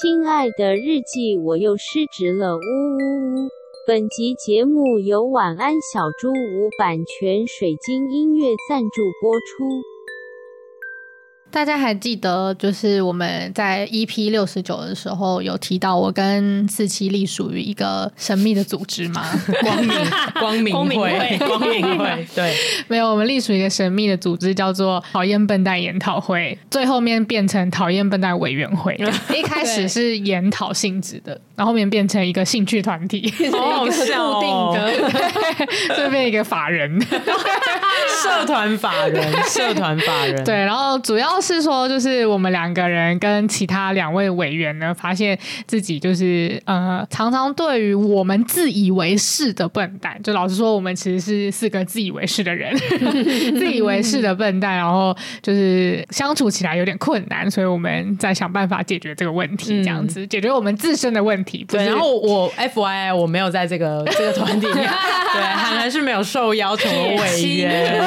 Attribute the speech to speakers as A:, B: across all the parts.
A: 亲爱的日记，我又失职了，呜呜呜！本集节目由晚安小猪屋版权水晶音乐赞助播出。
B: 大家还记得，就是我们在 EP 六十九的时候有提到，我跟四七隶属于一个神秘的组织吗？
C: 光明 光明
D: 光明
C: 会
D: 会
C: 光明会，对，
B: 没有，我们隶属一个神秘的组织，叫做“讨厌笨蛋研讨会”，最后面变成“讨厌笨蛋委员会”。一开始是研讨性质的，然后后面变成一个兴趣团体，
C: 好好笑
D: 固
C: 哦！
D: 定的，
B: 这变一个法人。
C: 社团法人，社团法人，
B: 对，然后主要是说，就是我们两个人跟其他两位委员呢，发现自己就是呃，常常对于我们自以为是的笨蛋，就老实说，我们其实是四个自以为是的人，自以为是的笨蛋，然后就是相处起来有点困难，所以我们在想办法解决这个问题，这样子、解决我们自身的问题。不
C: 对，
B: 是
C: 然后我 F Y I 我没有在这 个这个团体里面，对，韩寒是没有受邀成 为委 员，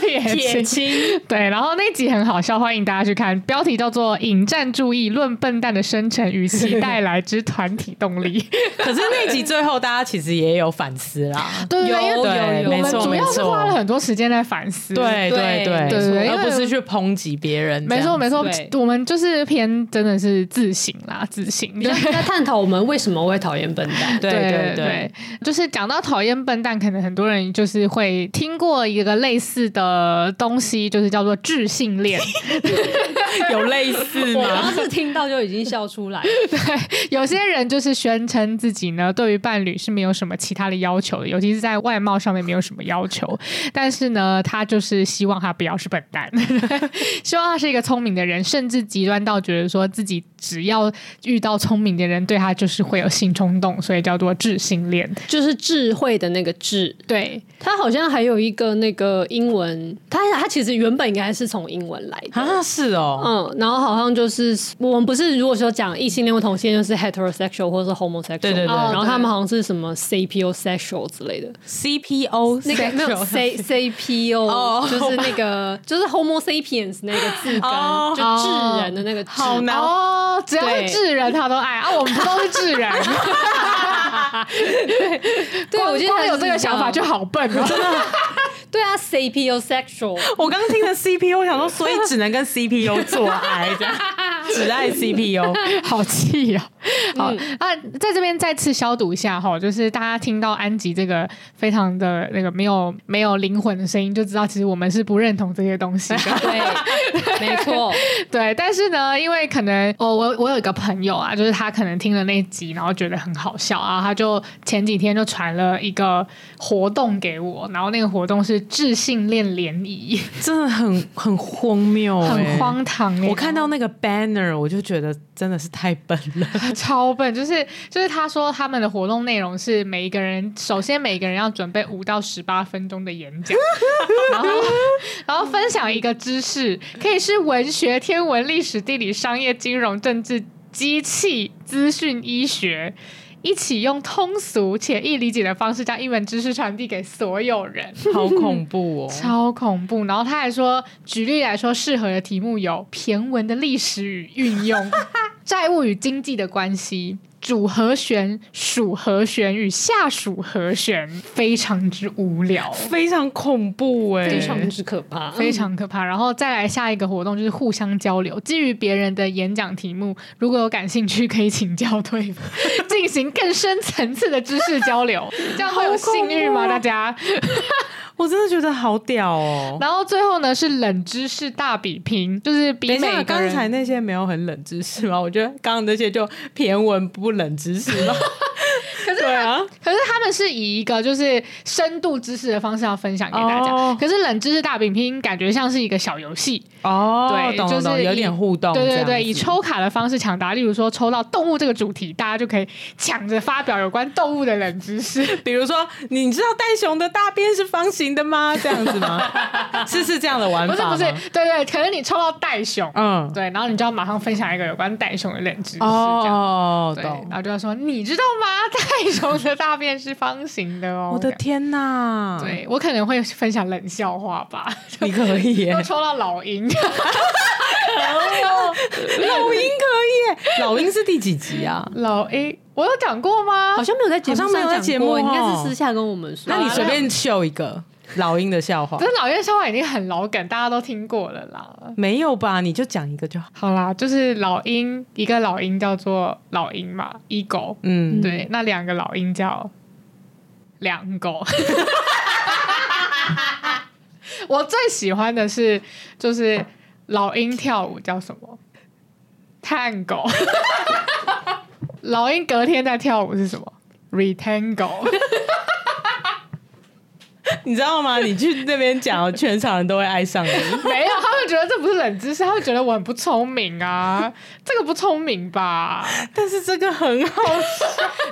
B: 撇
D: 撇
B: 清
D: 清，
B: 对，然后那集很好笑，欢迎大家去看，标题叫做《引战注意：论笨蛋的生成与其带来之团体动力》。
C: 可是那集最后大家其实也有反思啦，
B: 对
D: 有
B: 因为
C: 对，
D: 有
B: 我
C: 没
B: 们
C: 错
B: 主
C: 没
B: 要是花了
C: 错，
B: 很多时间在反思。。
C: 对
D: 对
C: 对
B: 对对因为
C: 而不是去抨击别人，
B: 没错，没错
D: 对，
B: 我们就是偏真的是自省啦，自省。
D: 比较在探讨我们为什么会讨厌笨蛋。
C: 对
B: 对
C: 对
B: 对，就是讲到讨厌笨蛋，可能很多人就是会听过一个类似的东西，就是叫做智性恋。
C: 对，有类似
D: 我
C: 吗
D: 当？时听到就已经笑出来，
B: 有些人就是宣称自己呢，对于伴侣是没有什么其他的要求的，尤其是在外貌上面没有什么要求。但是呢，他就是希望他不要是笨蛋， 希望他是一个聪明的人，甚至极端到觉得说自己只要遇到聪明的人，对他就是会有性冲动，所以叫做智性恋。
D: 就是智慧的那个智，
B: 对，
D: 它好像还有一个那个英文，它它其实原本应该是从英文来的。
C: 啊，是哦，
D: 嗯，然后好像就是我们不是如果说讲异性恋或同性恋，就是 heterosexual 或是 homosexual，
C: 对对对
D: 然后他们好像是什么 CPOsexual 之类的，
C: c p o
D: 那个没有 C CPO，
C: 哦
D: 就是那个就是 Homo sapiens 那个字根，
C: 哦
D: 就智人的那个智。
C: 好难
B: 哦，只要
D: 对
B: 是智人他都爱啊，我们不都是智人？
D: 对，我觉得
B: 光
D: 他
B: 有
D: 就是
B: 这个想法
D: 这
B: 就
D: 样
B: 好笨哦，真的
D: 对啊，CPOsexual
C: 我刚听的 CPU，想 说，所以只能跟 CPU 做爱，这样只爱 CPU。
B: 好气哦！
C: 嗯
B: 好、啊，在这边再次消毒一下哈，就是大家听到安吉这个非常的那个没有没有灵魂的声音，就知道其实我们是不认同这些东西 的。
D: 对，没错，
B: 对，但是呢，因为可能哦，我我有一个朋友啊，就是他可能听了那集，然后觉得很好笑啊，他就前几天就传了一个活动给我，然后那个活动是智性恋联谊，
C: 真的很很荒谬、欸，
B: 很荒唐、欸。
C: 我看到那个 banner，我就觉得真的是太笨 了。
B: 超笨，就是就是他说他们的活动内容是每一个人，首先每一个人要准备五到十八分钟的演讲， 然后然后分享一个知识，可以是文学、天文、历史、地理、商业、金融、政治、机器、资讯、医学。一起用通俗且易理解的方式将一门知识传递给所有人，
C: 好恐怖哦！
B: 超恐怖。然后他还说，举例来说，适合的题目有骈文的历史与运 用、债务与经济的关系、主和弦、属和弦与下属和弦，非常之无聊。
C: 非常恐怖哎、
D: 非常之可怕，
B: 非常可怕，然后再来下一个活动就是互相交流，基于别人的演讲题目，如果有感兴趣可以请教对 方，进行更深层次的知识交流，这样会有信誉吗？
C: 好恐怖哦
B: 大家？
C: 我真的觉得好屌哦。
B: 然后最后呢是冷知识大比拼，就是比
C: 等一
B: 每
C: 下，
B: 个
C: 刚
B: 人
C: 才那些没有很冷知识吗？我觉得刚刚那些就偏文不冷知识吧。可是对啊，
B: 可是他们是以一个就是深度知识的方式要分享给大家，
C: 哦
B: 可是冷知识大比拼感觉像是一个小游戏，
C: 哦，
B: 对
C: 懂
B: 就是
C: 懂，
B: 以
C: 有点互动，
B: 对
C: 这
B: 对
C: 样
B: 对，
C: 子
B: 以抽卡的方式抢答，例如说抽到动物这个主题，大家就可以抢着发表有关动物的冷知识。
C: 比如说，你知道袋熊的大便是方形的吗？这样子 吗？是是这样的玩
B: 不是
C: 法
B: 不
C: 吗
B: 是，对对，可能你抽到袋熊，
C: 嗯，
B: 对，然后你就要马上分享一个有关袋熊的冷知识，这样。
C: 哦，
B: 对，
C: 懂
B: 然。后就要说，你知道吗？ 袋熊的大便是方形的哦。
C: 我的天啊呐！
B: 这样，，对我可能会分 享冷笑话吧。
C: 你可以耶
B: 又，抽到老鹰，
C: 老鹰可以耶，老鹰是第几集啊？
B: 老 A，我有讲过吗？
D: 好像没有在节目上
C: 好像没有在
D: 讲
C: 节目
D: 过应该
C: 哦
D: 是私下跟我们说。
B: 啊
C: 那你随便秀一个老鹰的笑话
B: 只，是老鹰笑话已经很老梗，大家都听过了啦。
C: 没有吧？你就讲一个就好。
B: 好啦，就是老鹰，一个老鹰叫做老鹰嘛，eagle，
C: 嗯，
B: 对，那两个老鹰叫两 狗。我最喜欢的是，就是老鹰跳舞叫什么？探 狗。老鹰隔天在跳舞是什么？Retango。
C: 你知道吗？你去那边讲，全场人都会 爱上你。
B: 没有，他们觉得这不是冷知识，他们觉得我很不聪明 啊，这个不聪明吧？
C: 但是这个很好，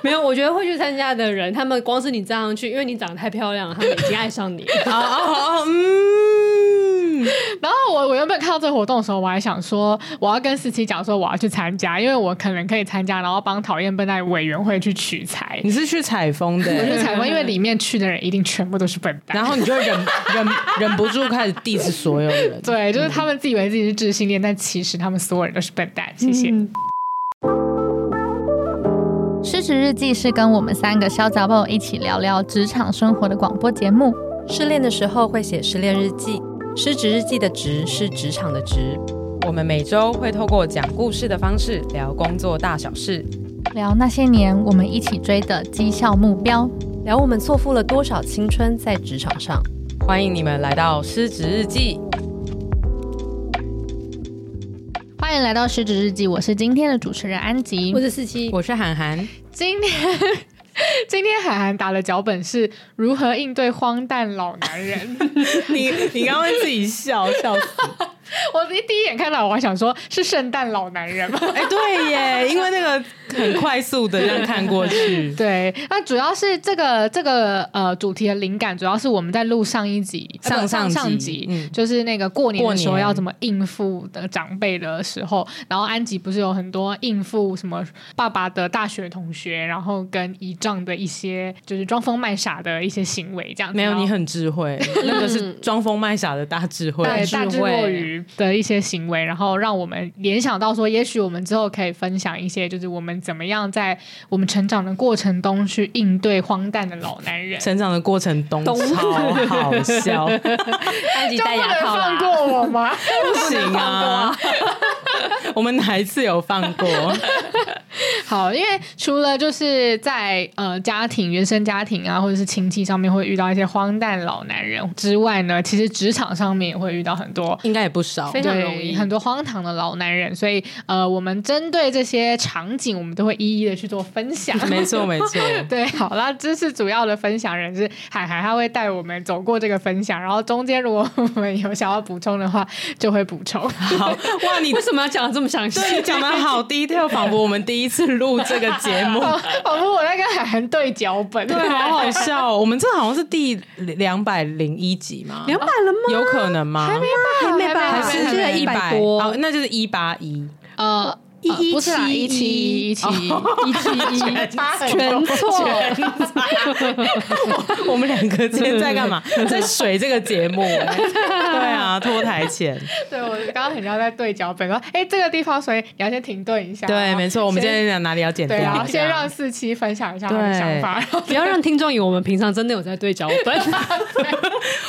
D: 没有，我觉得会去参加的人，他们光是你这样去，因为你长得太漂亮，他们已经爱上你。
C: 哦哦哦，嗯，
B: 然后我我原本看到这个活动的时候，我还想说我要跟思琪讲说我要去参加，因为我可能可以参加，然后帮讨厌笨蛋委员会去取材。
C: 你是去采风的
B: 我
C: 耶，
B: 去采访，因为里面去的人一定全部都是笨蛋
C: 然。后你就会忍忍忍不住开始 diss 所有人。
B: 对，就是他们自以为自己是智性恋，但其实他们所有人都是笨蛋。
C: 嗯
B: 谢谢。
E: 失职日记是跟我们三个小杂宝一起聊聊职场生活的广播节目。
F: 失恋的时候会写失恋日记，失职日记的职是职场的职。
G: 我们每周会透过讲故事的方式聊工作大小事，
E: 聊那些年我们一起追的绩效目标。
F: 聊我们错付了多少青春在职场上。
G: 欢迎你们来到《失职日记
E: 欢迎来到失职日记，我是今天的主持人安吉
D: 我。是四七，
G: 我是涵涵，
B: 今天今天海涵打的脚本是如何应对荒诞老男人。
C: 你你刚刚会自己笑笑死。
B: 我一第一眼看到，我还想说是圣诞老男人吗？
C: 哎、对耶，因为那个很快速的这样看过 去，
B: 对，那主要是这个这个呃主题的灵感，主要是我们在录上一集、
C: 上
B: 呃不
C: 上
B: 上
C: 集
B: 集，
C: 嗯
B: 就是那个过年
C: 过
B: 的时候
C: 年
B: 要怎么应付的长辈的时候，然后安吉不是有很多应付什么爸爸的大学同学，然后跟姨丈的一些就是装疯卖傻的一些行为，这样子
C: 没有
B: 然后
C: 你很智慧，那个是装疯卖傻的大智慧。
B: 对大智
D: 慧
B: 若愚的一些行为，然后让我们联想到说，也许我们之后可以分享一些，就是我们怎么样在我们成长的过程中去应对荒诞的老男人。
C: 成长的过程中超好笑，
D: 安吉
B: 就不
D: 戴牙
B: 能
D: 套
B: 放
D: 啦。
B: 过我 吗？
C: 不行啊！我们哪一次有放过？
B: 好，因为除了就是在呃家庭、原生家庭啊，或者是亲戚上面会遇到一些荒诞老男人之外呢，其实职场上面也会遇到很多
C: 应该也不少。
D: 非常
B: 对，
D: 容易
B: 很多荒唐的老男人，所以呃，我们针对这些场景，我们都会一一的去做分享。
C: 没错，没 错。
B: 对，好啦，这是主要的分享人是海海，他会带我们走过这个分享，然后中间如果我们有想要补充的话，就会补充。
C: 好哇，你
D: 为什么要讲的这么详细？
C: 对你讲的 好 detail，仿佛我们第一次录这个节目。
B: 仿仿佛我在跟海涵对啊脚本，
C: 对，好好笑、哦。我们这好像是第两百零一集嘛，两百了吗？有可能吗？还没
B: 还没吧
C: 还
D: 还没
C: 是
D: 记得
C: 一百
D: 100多
C: 哦，那就是一八一。
B: 呃。一不是啦，一七一七一七一
D: 全错，
C: 我们两个今天在干嘛？在水这个节目、哎对啊，脱台前。
B: 对我刚刚很像在对脚本，说哎这个地方，所以你要先停顿一下。
C: 对，没错，我们今
B: 先
C: 天讲哪里要剪掉？
B: 啊对，然后先让四七分享一下他的
C: 对
B: 想法。
D: 不要让听众以为我们平常真的有在对脚本。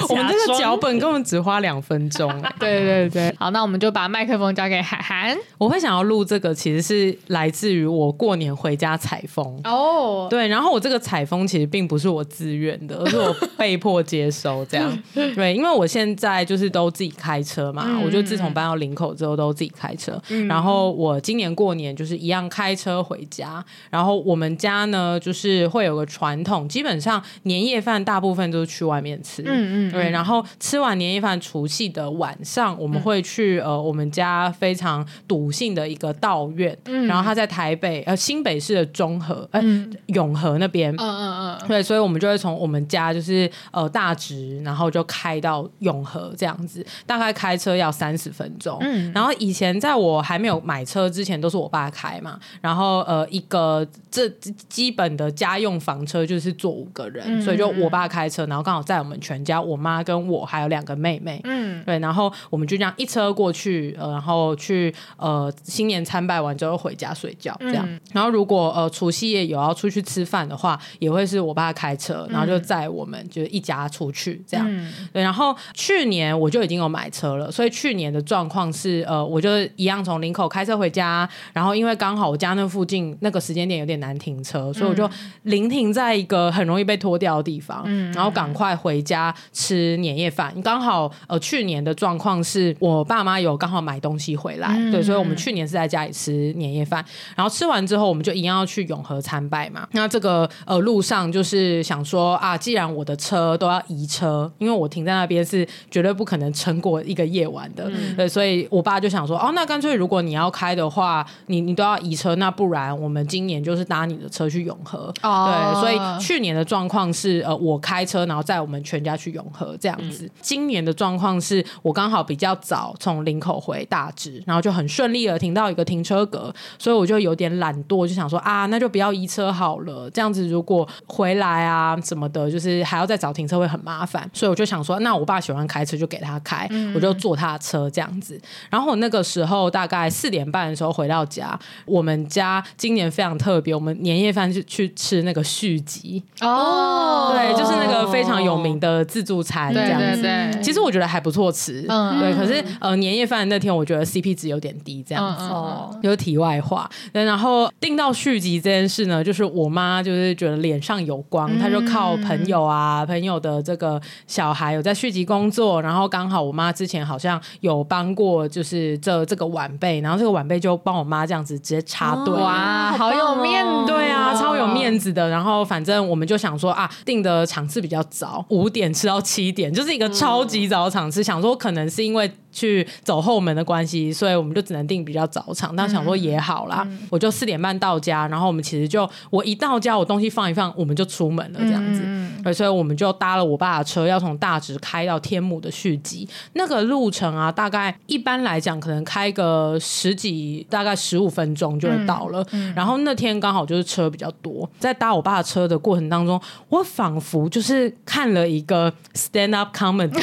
C: 我们这
D: 假
C: 个
D: 装
C: 脚本根本只花两分钟、哎
B: 对 对对，好，那我们就把麦克风交给海涵。
C: 我会想要录这个，其实是来自于我过年回家采风。
B: 哦，
C: 对，然后我这个采风其实并不是我自愿的，而是我被迫接收 这样。对，因为我现在就是都自己开车嘛，我就自
B: 嗯
C: 从搬到林口之后都自己开车。然后我今年过年就是一样开车回家。然后我们家呢，就是会有个传统，基本上年夜饭大部分都是去外面吃。
B: 嗯嗯嗯
C: 对，然后吃完年夜饭，除夕的晚上，我们会去、呃我们家非常笃信的一个道院，
B: 嗯
C: 然后它在台北呃新北市的中和，呃、永和那边。
B: 嗯嗯嗯，
C: 对，所以我们就会从我们家就是呃大直，然后就开到永和这样子。大概开车要三十分钟。
B: 嗯
C: 然后以前在我还没有买车之前，都是我爸开嘛。然后呃，一个这基本的家用房车就是坐五个人，
B: 嗯
C: 所以就我爸开车，然后刚好载我们全家，我妈跟我还有两个妹妹。
B: 嗯，
C: 对，然后我们就这样一车过去，呃，然后去呃新年参拜完之后回家睡觉这样。
B: 嗯
C: 然后如果呃除夕夜有要出去吃饭的话，也会是我爸开车，然后就载我们就一家出去这样。
B: 嗯
C: 对，然后去年我就已经有买车了，所以去年的状况是，呃，我就一样从林口开车回家，然后因为刚好我家那附近那个时间点有点难停车，所以我就临停在一个很容易被拖掉的地方，
B: 嗯
C: 然后赶快回家吃年夜饭。刚好呃，去年的状况是我爸妈有刚好买东西回来，
B: 嗯
C: 对，所以我们去年是在家里吃年夜饭，然后吃完之后，我们就一样要去永和参拜嘛。那这个呃路上就是想说啊，既然我的车都要移车，因为我停在那边是绝对不可能撑过一个夜晚的，对，所以我爸就想说，哦，那干脆如果你要开的话，你你都要移车，那不然我们今年就是搭你的车去永和。
B: 哦
C: 对，所以去年的状况是呃我开车，然后载我们全家去永和这样子。今年的状况是我刚好比较早从林口回大直，然后就很顺利的停到一个停车格，所以我就有点懒惰，就想说啊，那就不要移车好了。这样子如果回来啊什么的，就是还要再找停车会很麻烦，所以我就想说，那我爸喜欢开车就给他开，我就坐他的车这样子。然后我那个时候大概四点半的时候回到家，我们家今年非常特别，我们年夜饭是去吃那个续集，
B: 哦，
C: 对，就是那个非常有名的自助餐这
B: 对
C: 样
B: 对
C: 子。
B: 对，
C: 其实我觉得还不错吃，
B: 嗯
C: 对。可是呃，年夜饭那天我觉得 CP 值有点低，这样子。
B: 哦，
C: 有题外话，对然后订到续集这件事呢，就是我妈就是觉得脸上有光，她就靠朋友啊，朋友的这个小孩有在续集工作，然后刚好我妈之前好像有帮过，就是这这个晚辈，然后这个晚辈就帮我妈这样子直接插队，
B: 哇，好有面子，哦
C: 对啊，超有面子的。然后反正我们就想说啊，订的场次比较早，五点吃到七点，就是一个超级早的场次。想说可能是因为去走后门的关系，所以我们就只能订比较早场。但想说也好啦，我就四点半到家，然后我们其实就我一到家，我东西放一放，我们就出门了这样子。
B: 嗯
C: 对，所以我们就搭了我爸的车，要从大直开到天母的续集。那个路程啊，大概一般来讲，可能开个十几，大概十五分钟就会到了。然后那天刚好就是车比较多，在搭我爸的车的过程当中，我仿佛就是看了一个 stand up comedy。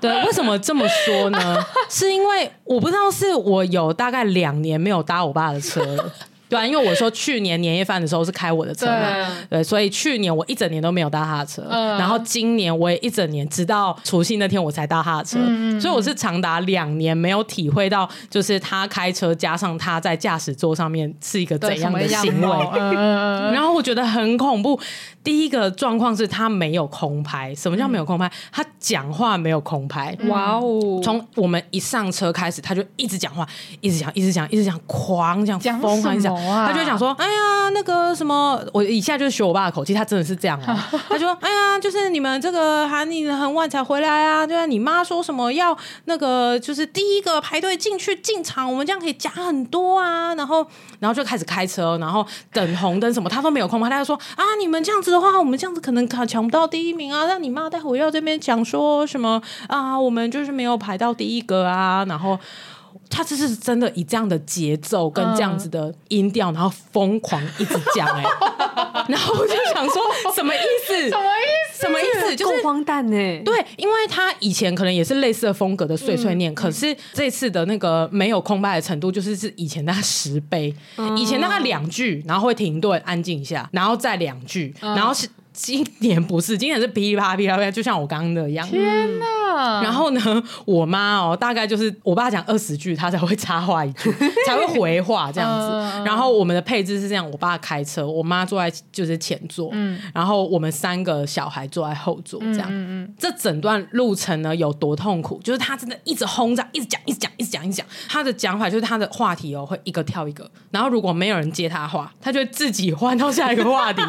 C: 对，为什么这么说呢？是因为我不知道是我有大概两年没有搭我爸的车了。对啊，因为我说去年年夜饭的时候是开我的车嘛， 对，所以去年我一整年都没有搭他的车，
B: 嗯
C: 然后今年我也一整年，直到除夕那天我才搭他的车，
B: 嗯
C: 所以我是长达两年没有体会到，就是他开车加上他在驾驶座上面是一个
B: 对
C: 怎样的哦
B: 什么样
C: 行为
B: 貌。 嗯
C: 然后我觉得很恐怖。第一个状况是他没有空拍，
B: 嗯
C: 什么叫没有空拍？他讲话没有空拍，
G: 哇哦，
C: 从我们一上车开始，他就一直讲话，一直讲，一直讲，一直讲，狂讲，
B: 讲
C: 疯狂
B: 什
C: 讲
B: 么，啊
C: 他就会讲说：“哎呀，那个什么，我以下就是学我爸的口气，他真的是这样哦、 他就说：“哎呀，就是你们这个喊你很晚才回来啊，对啊，你妈说什么要那个就是第一个排队进去进场，我们这样可以夹很多啊。”然后，然后就开始开车，哦然后等红灯什么，他都没有空拍，他就说：“啊，你们这样子的话，我们这样子可能抢抢不到第一名啊。”让你妈待会儿要这边讲说什么啊，我们就是没有排到第一个啊，然后。他这是真的以这样的节奏跟这样子
B: 嗯
C: 的音调，然后疯狂一直讲 哎、然后我就想说什么意思？
B: 什么意思？
C: 什么意思？就
D: 够
C: 是
D: 荒诞呢、欸。
C: 对，因为他以前可能也是类似的风格的碎碎
B: 嗯
C: 念，可是这次的那个没有空白的程度，就是是以前大概十倍，
B: 嗯
C: 以前大概两句，然后会停顿安静一下，然后再两句，
B: 嗯
C: 然后是。今年不是，今年是噼里啪啦噼里啪啦，就像我刚刚的一样。
B: 天哪！
C: 然后呢，我妈哦，大概就是我爸讲二十句，她才会插话一句，才会回话这样子。然后我们的配置是这样：我爸开车，我妈坐在就是前座，然后我们三个小孩坐在后座这样。这整段路程呢有多痛苦？就是他真的一直轰炸，一直讲，一直讲，一直讲，一直讲。他的讲法就是他的话题哦，会一个跳一个。然后如果没有人接他的话，他就会自己换到下一个话题。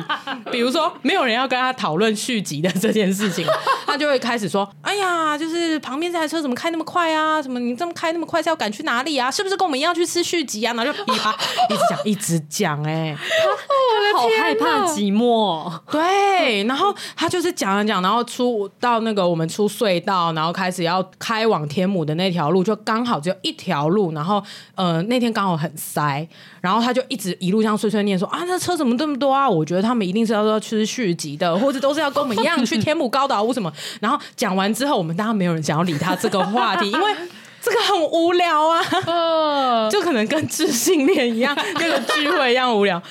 C: 比如说，没有人要跟他讨论续集的这件事情，他就会开始说：“哎呀，就是旁边这台车怎么开那么快啊？什么你这么开那么快是要赶去哪里啊？是不是跟我们一样去吃续集啊？”然后就噼啪一直讲，一直讲、哎，
D: 好害怕寂寞哦，
C: 对，然后他就是讲了讲，然后出到那个我们出隧道，然后开始要开往天母的那条路，就刚好只有一条路，然后呃那天刚好很塞，然后他就一直一路这样碎碎念说啊，那车怎么这么多啊？我觉得他们一定是要要去续集的，或者都是要跟我们一样去天母高岛屋什么。然后讲完之后，我们当然没有人想要理他这个话题，因为。 这个很无聊啊， 就可能跟智性恋一样， 那个聚会一样无聊。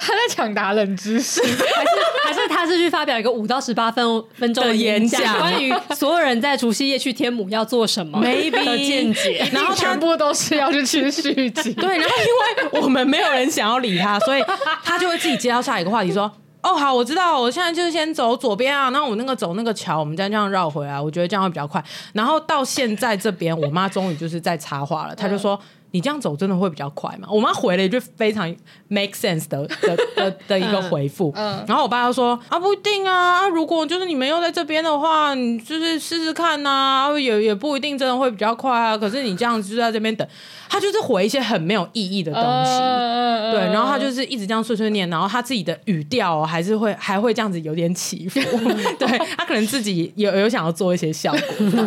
B: 他在抢答冷知识，
D: 还是 还是他是去发表一个五到十八分分钟
C: 的演
D: 讲，
C: 讲
D: 关于所有人在除夕夜去天母要做什么
C: Maybe
D: 的见解。
C: 然后他
B: 全部都是要去吃 续集。
C: 对，然后因为我们没有人想要理他，所以他就会自己接到下一个话题说。哦，好，我知道，我现在就是先走左边啊，然后我那个走那个桥，我们再这样绕回来，我觉得这样会比较快。然后到现在这边，我妈终于就是在插话了，她就说：“你这样走真的会比较快吗？”我妈回了一句非常 make sense 的的的的一个回复，然后我爸就说：“啊，不一定啊，啊如果就是你们又在这边的话，你就是试试看呐、啊，也也不一定真的会比较快啊。可是你这样子就在这边等，他就是回一些很没有意义的东西。
B: 嗯
C: 对，然后他就是一直这样碎碎念，然后他自己的语调、哦、还是会还会这样子有点起伏，对他可能自己有有想要做一些效果，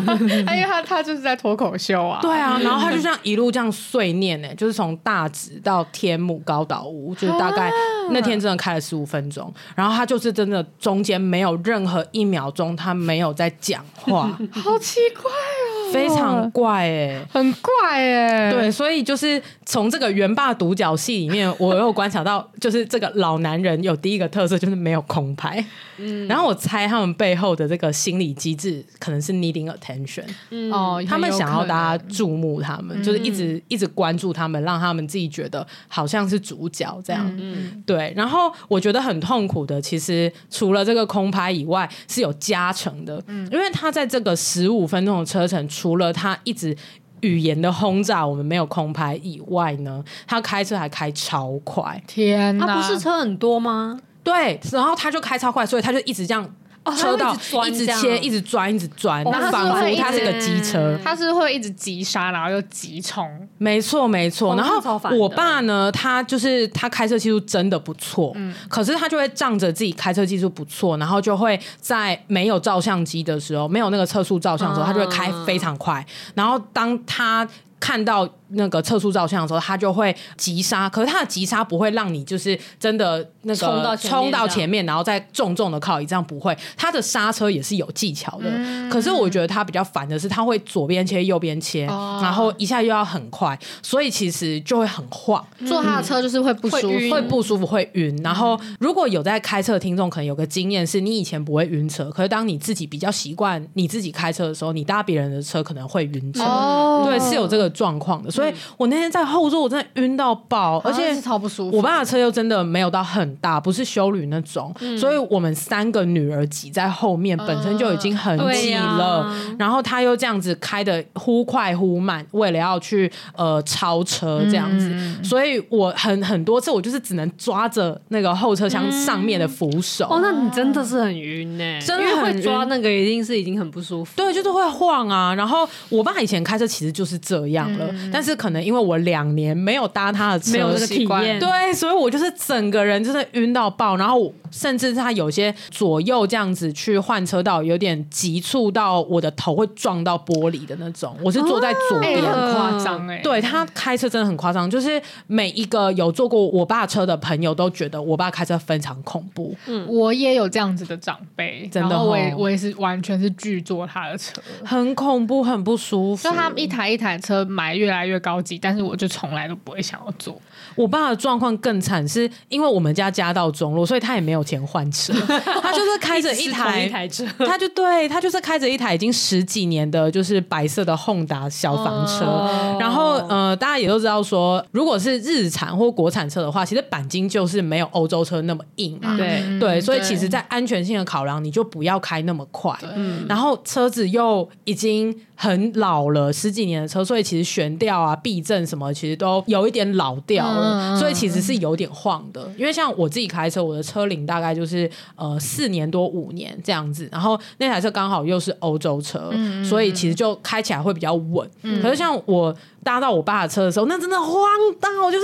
B: 他因为哎他他就是在脱口秀啊，
C: 嗯对啊，然后他就这样一路这样碎念呢，欸就是从大直到天母高岛屋，就是大概那天真的开了十五分钟，然后他就是真的中间没有任何一秒钟他没有在讲话，
B: 好奇怪哦，
C: 非常怪哎。
B: 很怪哎、
C: 对，所以就是从这个元霸独角戏里面，我有观察到， 就是这个老男人有第一个特色就是没有空拍。嗯，然后我猜他们背后的这个心理机制可能是 needing attention，、
B: 对，哦，
C: 他们
B: 很有
C: 想
B: 可
C: 要
B: 能嗯
C: 大家注目他们，就是一直一直关注他们，让他们自己觉得好像是主角这样。
D: 嗯，
C: 对，然后我觉得很痛苦的，其实除了这个空拍以外，是有加成的，
D: 嗯
C: 因为他在这个十五分钟的车程，除了他一直。语言的轰炸，我们没有空拍以外呢，他开车还开超快，
B: 天
D: 他
B: 哪，
D: 不是车很多吗？
C: 对，然后他就开超快，所以他就一直这样
D: 哦他
C: 车
D: 会
C: 道、
D: 一直钻
C: 一直
D: 这样哦
C: 切，一直钻，一直钻，
B: 他
C: 那
B: 是
C: 仿
B: 会
C: 佛
B: 一
C: 他是
B: 直
C: 个机车，
B: 他是会一直急刹，然后又急冲，
C: 没错，没错。
D: 哦
C: 然
D: 那超
C: 后
D: 烦的
C: 我爸呢，他就是他开车技术真的不错，
D: 嗯
C: 可是他就会仗着自己开车技术不错，然后就会在没有照相机的时候，没有那个测速照
D: 啊
C: 相的时候，他就会开非常快。然后当他看到那个测速照相的时候，他就会急刹，可是他的急刹不会让你就是真的那个
D: 冲到前面
C: 冲到前面，然后再重重的靠椅，这样不会。他的刹车也是有技巧的，
B: 嗯
C: 可是我觉得他比较烦的是，他会左边切右边切，
B: 哦
C: 然后一下又要很快，所以其实就会很晃。
B: 坐他的车就是会不舒服，
C: 会不舒服，会晕。然后，如果有在开车的听众，可能有个经验是，你以前不会晕车，可是当你自己比较习惯你自己开车的时候，你搭别人的车可能会晕车。
B: 哦嗯
C: 对，是有这个状况的。所以我那天在后座，我真的晕到爆，而且
B: 是超不舒服。
C: 我爸的车又真的没有到很大，不是修旅那种，
D: 嗯
C: 所以我们三个女儿挤在后面，本身就已经很
D: 哦对
C: 挤
D: 呀
C: 了，然后他又这样子开的忽快忽慢，为了要去呃超车这样子，
D: 嗯
C: 所以我很很多次我就是只能抓着那个后车厢上面的扶手。
D: 哦，那你真的是很晕呢，
C: 真的
D: 因为
C: 很
D: 会
C: 晕
D: 抓那个一定是已经很不舒服。
C: 对，就是会晃啊。然后我爸以前开车其实就是这样了，但是可能因为我两年没有搭他的车，
D: 嗯没有这个体
B: 习惯
D: 验，
C: 对，所以我就是整个人就是晕到爆，然后我甚至他有些左右这样子去换车道，有点急促到我的头会撞到玻璃的那种。我是坐在左
B: 哎、
C: 边。
B: 很夸张哎，
C: 欸对他开车真的很夸张，就是每一个有坐过我爸车的朋友都觉得我爸开车非常恐怖。
B: 我也有这样子的长辈，
C: 真的
B: 然后我也
C: 哦
B: 我也是完全是拒坐他的车，
C: 很恐怖，很不舒服。
B: 就他们一台一台车买越来越高级，但是我就从来都不会想要坐。
C: 我爸的状况更惨，是因为我们家家道中落，所以他也没有钱换 车，他就是开着
D: 是同
C: 台
D: 一台车，
C: 他就对他就是开着一台已经十几年的，就是白色的 Honda 小房车。
D: 哦
C: 然后呃，大家也都知道说，如果是日产或国产车的话，其实钣金就是没有欧洲车那么硬嘛。
D: 对，
E: 嗯
C: 嗯对，所以其实，在安全性的考量，你就不要开那么快。
D: 嗯
C: 然后车子又已经很老了，十几年的车，所以其实悬吊啊、避震什么，其实都有一点老掉了，所以其实是有点晃的。因为像我自己开车，我的车龄大概就是呃四年多五年这样子，然后那台车刚好又是欧洲车，所以其实就开起来会比较稳。可是像我搭到我爸的车的时候，那真的晃到就是。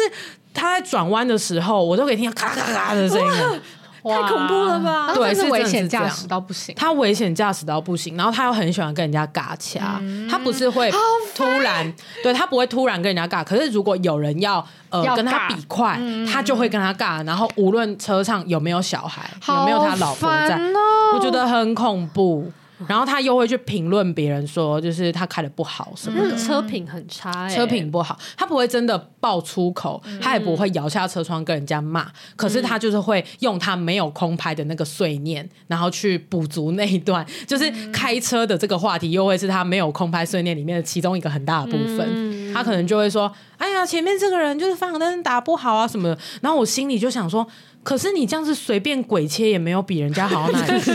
C: 他他在转弯的时候，我都可以听到咔咔咔的声音。
B: 太恐怖了吧
C: 对
B: 是
C: 是
B: 危
C: 真的
B: 险
C: 是这
B: 驾
C: 样
B: 驶到不行。
C: 他危险驾驶到不行，然后他又很喜欢跟人家尬掐，
B: 嗯
C: 他不是会突然，对他不会突然跟人家尬，可是如果有人要呃
B: 要
C: 跟他
B: 尬嗯
C: 比快，他就会跟他尬，然后无论车上有没有小孩，有没有他老婆在
B: 好，烦哦
C: 我觉得很恐怖。然后他又会去评论别人说，就是他开的不好什么
D: 那
C: 的
D: 个。车品很差、欸，
C: 车品不好，他不会真的爆粗口，他也不会摇下车窗跟人家骂，可是他就是会用他没有空拍的那个碎念，然后去补足那一段，就是开车的这个话题又会是他没有空拍碎念里面的其中一个很大的部分，他可能就会说：“哎呀，前面这个人就是方向灯打不好啊什么的。”然后我心里就想说。可是你这样子随便鬼切也没有比人家好到哪里去、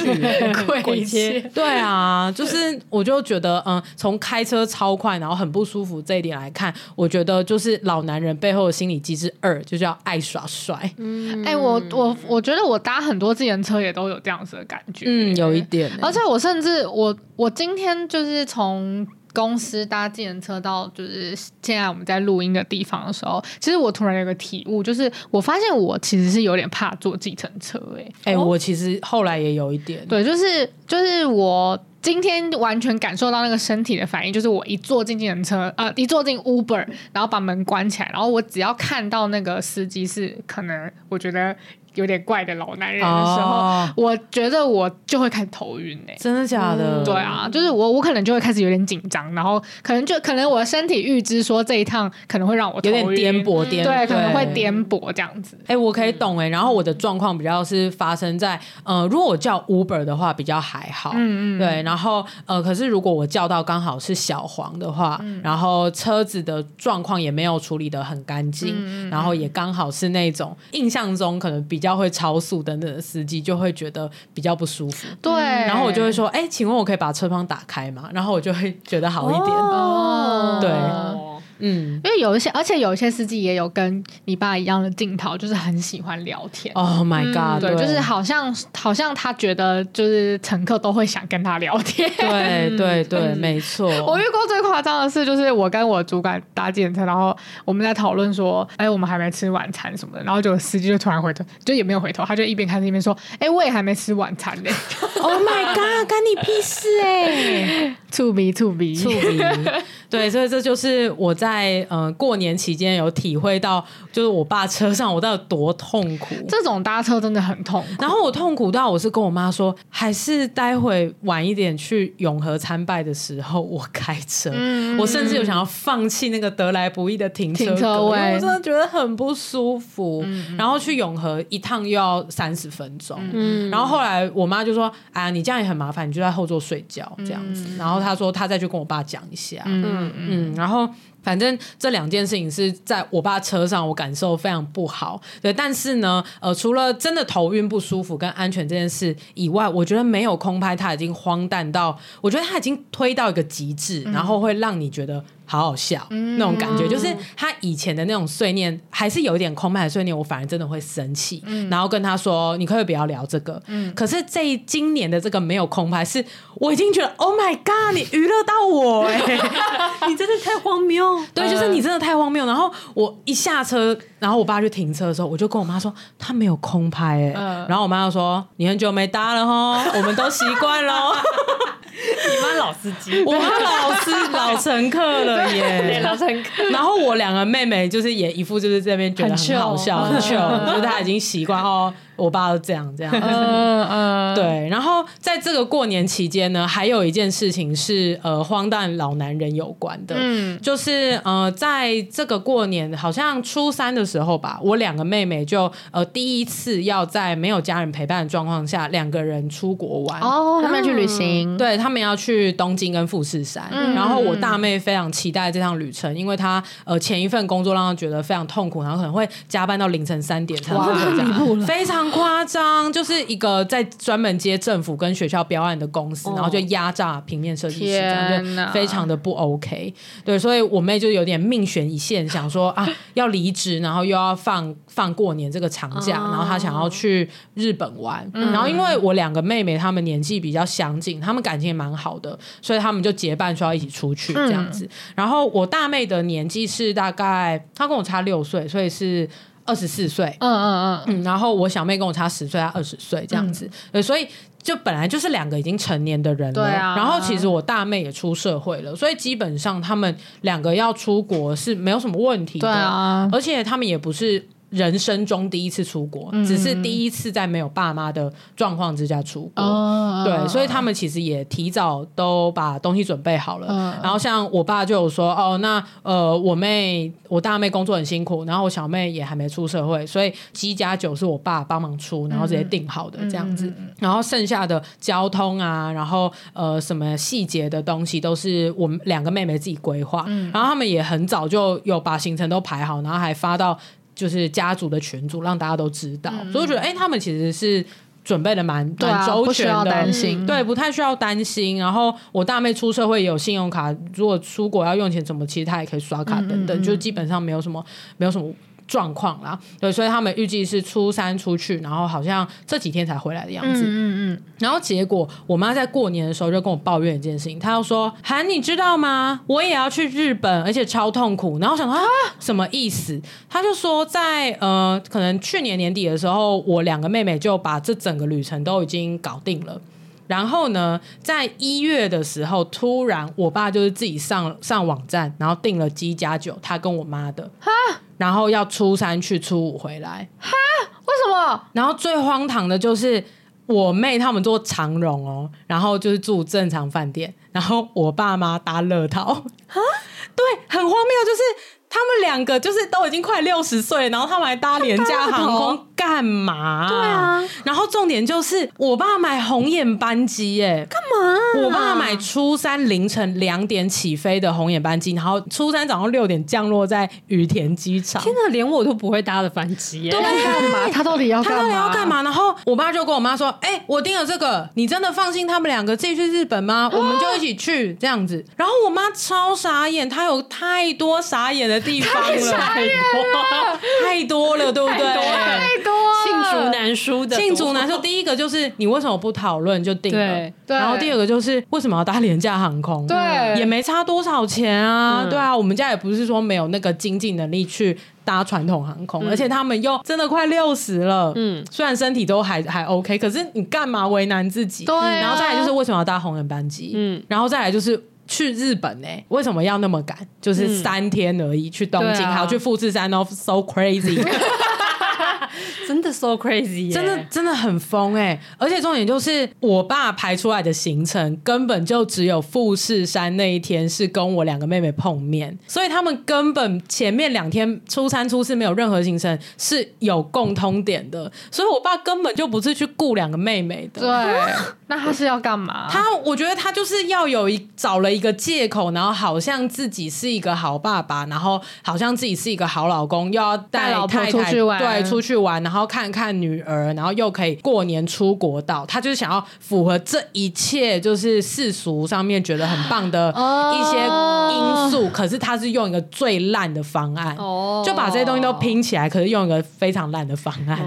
D: 鬼切，
C: 对啊，就是我就觉得，嗯，从开车超快，然后很不舒服这一点来看，我觉得就是老男人背后的心理机制二，就是要爱耍帅。
B: 哎、我
C: 嗯
B: 我我觉得我搭很多自行车也都有这样子的感觉。
C: 嗯，有一点、
B: 而且我甚至我我今天就是从公司搭计程车到就是现在我们在录音的地方的时候，其实我突然有个体悟，就是我发现我其实是有点怕坐计程车、欸，
C: 哎、我其实后来也有一点，
B: 对，就是就是我今天完全感受到那个身体的反应，就是我一坐进计程车，呃，一坐进 Uber，然后把门关起来，然后我只要看到那个司机是可能我觉得有点怪的老男人的时候，
C: 哦
B: 我觉得我就会开始头晕诶、
C: 真的假的？
B: 对，啊，就是我，我可能就会开始有点紧张，然后可能就可能我的身体预知说这一趟可能会让我头
C: 有点
B: 晕
C: 颠，簸，颠
B: 对，可能会。颠簸这样子。
C: 哎、
B: 嗯
C: 我可以懂哎、然后我的状况比较是发生在，呃，如果我叫 Uber 的话比较还好，
B: 嗯嗯，
C: 对，然后呃，可是如果我叫到刚好是小黄的话，
B: 嗯
C: 然后车子的状况也没有处理的很干净，
B: 嗯
C: 然后也刚好是那种印象中可能比较会超速等等的司机，就会觉得比较不舒服。
B: 对。
C: 然后我就会说，哎、请问我可以把车窗打开吗？然后我就会觉得好一点。
B: 哦
C: 对
B: 哦
C: 嗯，
B: 因为有一些，而且有一些司机也有跟你爸一样的镜头，就是很喜欢聊天。
C: ，Oh my god，、
B: 嗯对，就是好像好像他觉得就是乘客都会想跟他聊天。
C: 对 对对，没错。
B: 我遇过最夸张的事，就是我跟我主管搭计程车，然后我们在讨论说，哎、我们还没吃晚餐什么的，然后就司机就突然回头，就也没有回头，他就一边开车一边说，哎、我也还没吃晚餐呢、
C: Oh my god，干你屁事哎、
B: to be to be，
C: 触鼻。对，所以这就是我在呃过年期间有体会到，就是我爸车上我到底有多痛苦。
B: 这种搭车真的很痛。
C: 然后我痛苦到我是跟我妈说，还是待会晚一点去永和参拜的时候我开车。我甚至有想要放弃那个得来不易的停车
B: 嗯
C: 格
B: 停车位嗯
C: 因为我真的觉得很不舒服。然后去永和一趟又要三十分钟。
B: 嗯
C: 然后后来我妈就说：“啊，你这样也很麻烦，你就在后座睡觉这样子。然后她说她再去跟我爸讲一下。
B: 嗯嗯
C: 嗯，然后反正这两件事情是在我爸车上，我感受非常不好。对，但是呢，呃，除了真的头晕不舒服跟安全这件事以外，我觉得没有空拍他已经荒诞到，我觉得他已经推到一个极致，然后会让你觉得。好好笑、那种感觉，就是
D: 嗯
C: 他以前的那种碎念，还是有一点空拍的碎念，我反而真的会生气，
D: 嗯
C: 然后跟他说：“你可不可以不要聊这个？”可是这一今年的这个没有空拍，是我已经觉得 “Oh my god”，你娱乐到我哎、
D: 你真的太荒谬。嗯
C: 对，就是你真的太荒谬。然后我一下车，然后我爸去停车的时候，我就跟我妈说他没有空拍哎、
D: 嗯
C: 然后我妈就说你很久没搭了哈，我们都习惯 喽。
G: 你妈老司机，
C: 我妈老是老乘客了 耶，
D: 老乘客，
C: 然后我两个妹妹就是也一副就是这边觉得很好笑，很糗，就是她已经习惯哦，我爸都这样这样。
B: 嗯嗯，
C: 对，然后在这个过年期间呢，还有一件事情是呃荒诞老男人有关的，
B: 嗯
C: 就是呃在这个过年好像初三的时候吧，我两个妹妹就呃第一次要在没有家人陪伴的状况下，两个人出国玩。
E: 哦，他们要去旅行，
C: 对他们要去东京跟富士山，然后我大妹非常期待这趟旅程，因为她呃前一份工作让她觉得非常痛苦，然后可能会加班到凌晨三点才能回家，非常夸张，就是一个在专门接政府跟学校标案的公司，然后就压榨平面设计师，这
B: 天
C: 样
B: 哪
C: 就非常的不 OK。对，所以我妹就有点命悬 一线，想说啊要离职，然后又要放放过年这个长假，
B: 哦
C: 然后她想要去日本玩，
B: 嗯
C: 然后因为我两个妹妹她们年纪比较相近，她们感情也蛮好的，所以她们就结伴说要一起出去
B: 嗯
C: 这样子。然后我大妹的年纪是大概她跟我差六岁，所以是。二十四岁，
B: 嗯嗯嗯，
C: 嗯，然后我小妹跟我差十岁，她二十岁这样子，对，所以就本来就是两个已经成年的人了。
B: 对啊
C: 然后其实我大妹也出社会了，所以基本上他们两个要出国是没有什么问题的。
B: 对，啊，
C: 而且他们也不是人生中第一次出国，
B: 嗯
C: 只是第一次在没有爸妈的状况之下出国。
B: 哦，
C: 对，所以他们其实也提早都把东西准备好了。
B: 嗯
C: 然后像我爸就有说，哦，那呃，我妹我大妹工作很辛苦，然后我小妹也还没出社会，所以七加九是我爸帮忙出，然后直接定好的这样子。然后剩下的交通啊，然后呃什么细节的东西都是我们两个妹妹自己规划。
B: 嗯
C: 然后他们也很早就有把行程都排好，然后还发到就是家族的群组，让大家都知道。所以我觉得，哎、他们其实是。准备的蛮
B: 嗯对啊
C: 蛮周
B: 不需
C: 全的，
B: 要担心
C: 嗯对，不太需要担心。然后我大妹出社会也有信用卡，如果出国要用钱怎么，其实她也可以刷卡等
B: 嗯
C: 等，就基本上没有什么没有什么状况啦。对，所以他们预计是初三出去，然后好像这几天才回来的样子。
B: 嗯嗯
C: 然后结果我妈在过年的时候就跟我抱怨一件事情，她就说：“韩，你知道吗？我也要去日本，而且超痛苦。”然后我想说啊，什么意思？她就说在呃，可能去年年底的时候，我两个妹妹就把这整个旅程都已经搞定了。然后呢，在一月的时候，突然我爸就是自己上上网站，然后订了鸡加酒，他跟我妈的，然后要初三去，初五回来。
B: 嗯，为什么？
C: 然后最荒唐的就是我妹他们做长荣哦，然后就是住正常饭店，然后我爸妈搭乐桃啊， 对，很荒谬，就是他们两个就是都已经快六十岁，然后他们还搭廉价航空干嘛？对啊，然后重点就是我爸买红眼班机耶、干嘛？啊我爸买初三凌晨两点起飞的红眼班机，然后初三早上六点降落在羽田机场。
D: 天哪，连我都不会搭的班机耶！
C: 对
B: 干嘛？他到底要
C: 他到底要干？嘛？然后我爸就跟我妈说：“哎、我订了这个，你真的放心他们两个自己去日本吗？我们就一起去这样子。”然后我妈超傻眼，她有太多傻眼的地方了，太多 太多了，对不对？
B: 太多了
D: 罄竹难书的，
C: 罄竹难书。第一个就是你为什么不讨论就定了
D: 对？
B: 对
C: 然后第二个就是为什么要搭廉价航空？嗯
B: 对
C: 也没差多少钱啊。
D: 嗯
C: 对啊，我们家也不是说没有那个经济能力去搭传统航空，而且他们又真的快六十了，嗯
D: 嗯，
C: 虽然身体都还还 OK，可是你干嘛为难自己？
B: 对啊
C: 然后再来就是为什么要搭红人班机？嗯
D: 嗯，
C: 然后再来就是。去日本呢、欸为什么要那么赶？就是三天而已，去东京，
D: 嗯对啊
C: 还要去富士山哦，so crazy。
D: 真的 so crazy，耶
C: 真的真的很疯哎、而且重点就是我爸排出来的行程根本就只有富士山那一天是跟我两个妹妹碰面，所以他们根本前面两天初三初四没有任何行程是有共通点的，所以我爸根本就不是去顾两个妹妹的。
B: 对，那他是要干嘛？
C: 他，我觉得他就是要有一找了一个借口，然后好像自己是一个好爸爸，然后好像自己是一个好老公，又要带
B: 带老婆
C: 太太
B: 出去玩
C: 对，出去玩，然后看看女儿，然后又可以过年出国到，他就是想要符合这一切，就是世俗上面觉得很棒的
B: 哦
C: 一些因素，可是他是用一个最烂的方案，
D: 哦
C: 就把这些东西都拼起来，可是用一个非常烂的方案。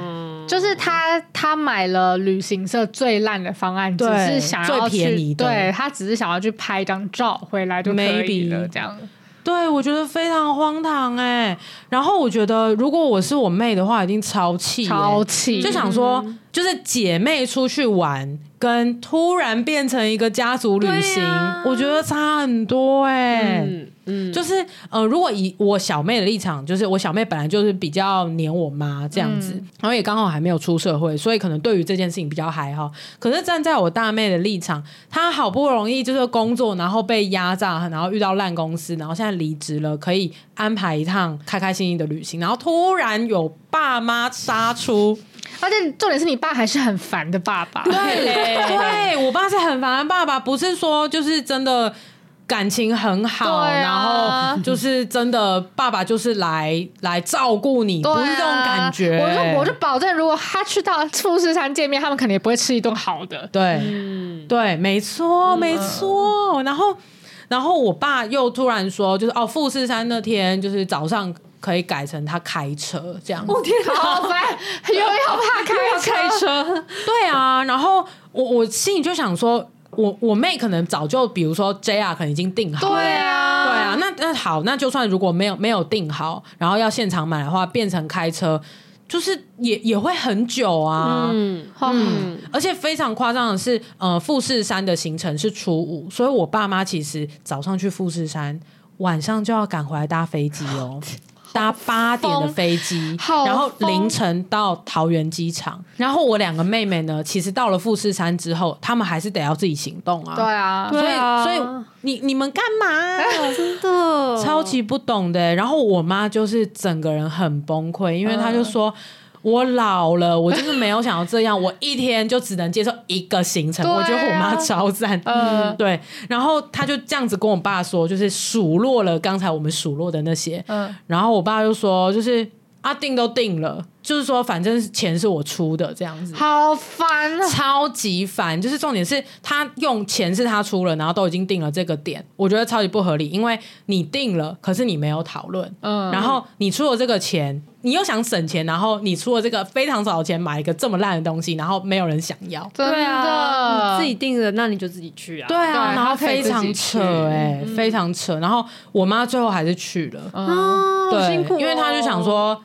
B: 就是他，他买了旅行社最烂的方案，只
C: 对
B: 是想要
C: 最便宜
B: 去，
C: 的
B: 对他只是想要去拍张照回来就可以了
C: Maybe
B: 这样。
C: 对，我觉得非常荒唐哎、然后我觉得，如果我是我妹的话，一定超气、欸，
B: 超气嗯
C: 就想说，就是姐妹出去玩，跟突然变成一个家族旅行，我觉得差很多哎、
D: 嗯嗯，
C: 就是呃，如果以我小妹的立场，就是我小妹本来就是比较黏我妈这样子，然后也刚好还没有出社会，所以可能对于这件事情比较还好。可是站在我大妹的立场，她好不容易就是工作，然后被压榨，然后遇到烂公司，然后现在离职了，可以安排一趟开开心心的旅行，然后突然有爸妈杀出，
B: 而且重点是你爸还是很烦的爸爸，
C: 对，对我爸是很烦的爸爸，不是说就是真的。感情很好，
B: 对啊
C: 然后就是真的，爸爸就是来来照顾你，
B: 对啊
C: 不是这种感觉。
B: 我就我就保证，如果他去到富士山见面，他们肯定也不会吃一顿好的。
C: 对、对，没错没错。然后然后我爸又突然说，就是哦，富士山那天就是早上可以改成他开车这样子。
B: 哦好烦，又要怕开车，
D: 开车，
C: 对啊，然后我我心里就想说，我我妹可能早就比如说 JR 可能已经订好了，
B: 对啊，
C: 对啊，啊，那那好，那就算如果没有没有订好，然后要现场买的话，变成开车，就是也也会很久啊。
D: 嗯嗯，
C: 而且非常夸张的是，呃，富士山的行程是初五，所以我爸妈其实早上去富士山，晚上就要赶回来搭飞机哦，搭八点的飞机，
B: 好
C: 然后
B: 疯
C: 凌晨到桃园机场。然后我两个妹妹呢，其实到了富士山之后，她们还是得要自己行动啊。
B: 对啊，哎
C: 所以，
D: 对啊
C: 所以你你们干嘛？啊
D: 真的
B: 嗯
C: 超级不懂的欸、然后我妈就是整个人很崩溃，因为她就说。
B: 嗯
C: 我老了，我就是没有想要这样，我一天就只能接受一个行程。
B: 对啊
C: 我觉得我妈超赞，
B: 嗯
C: 嗯，对。然后她就这样子跟我爸说，就是数落了刚才我们数落的那些，
B: 嗯
C: 然后我爸就说，就是啊定都定了，就是说反正钱是我出的这样子。
B: 好烦啊！
C: 超级烦，就是重点是他用钱是他出了，然后都已经定了这个点，我觉得超级不合理，因为你定了，可是你没有讨论，
B: 嗯
C: 然后你出了这个钱，你又想省钱，然后你出了这个非常少的钱买一个这么烂的东西，然后没有人想要，
B: 真的
D: 对啊，你自己定的，那你就自己去啊。
C: 对啊，
B: 对
C: 然后
B: 他非
C: 非
B: 自己
C: 常
B: 去
C: 扯哎、非常扯，然后我妈最后还是去了，
D: 啊，好
C: 对
D: 辛苦哦，
C: 因为她就想说，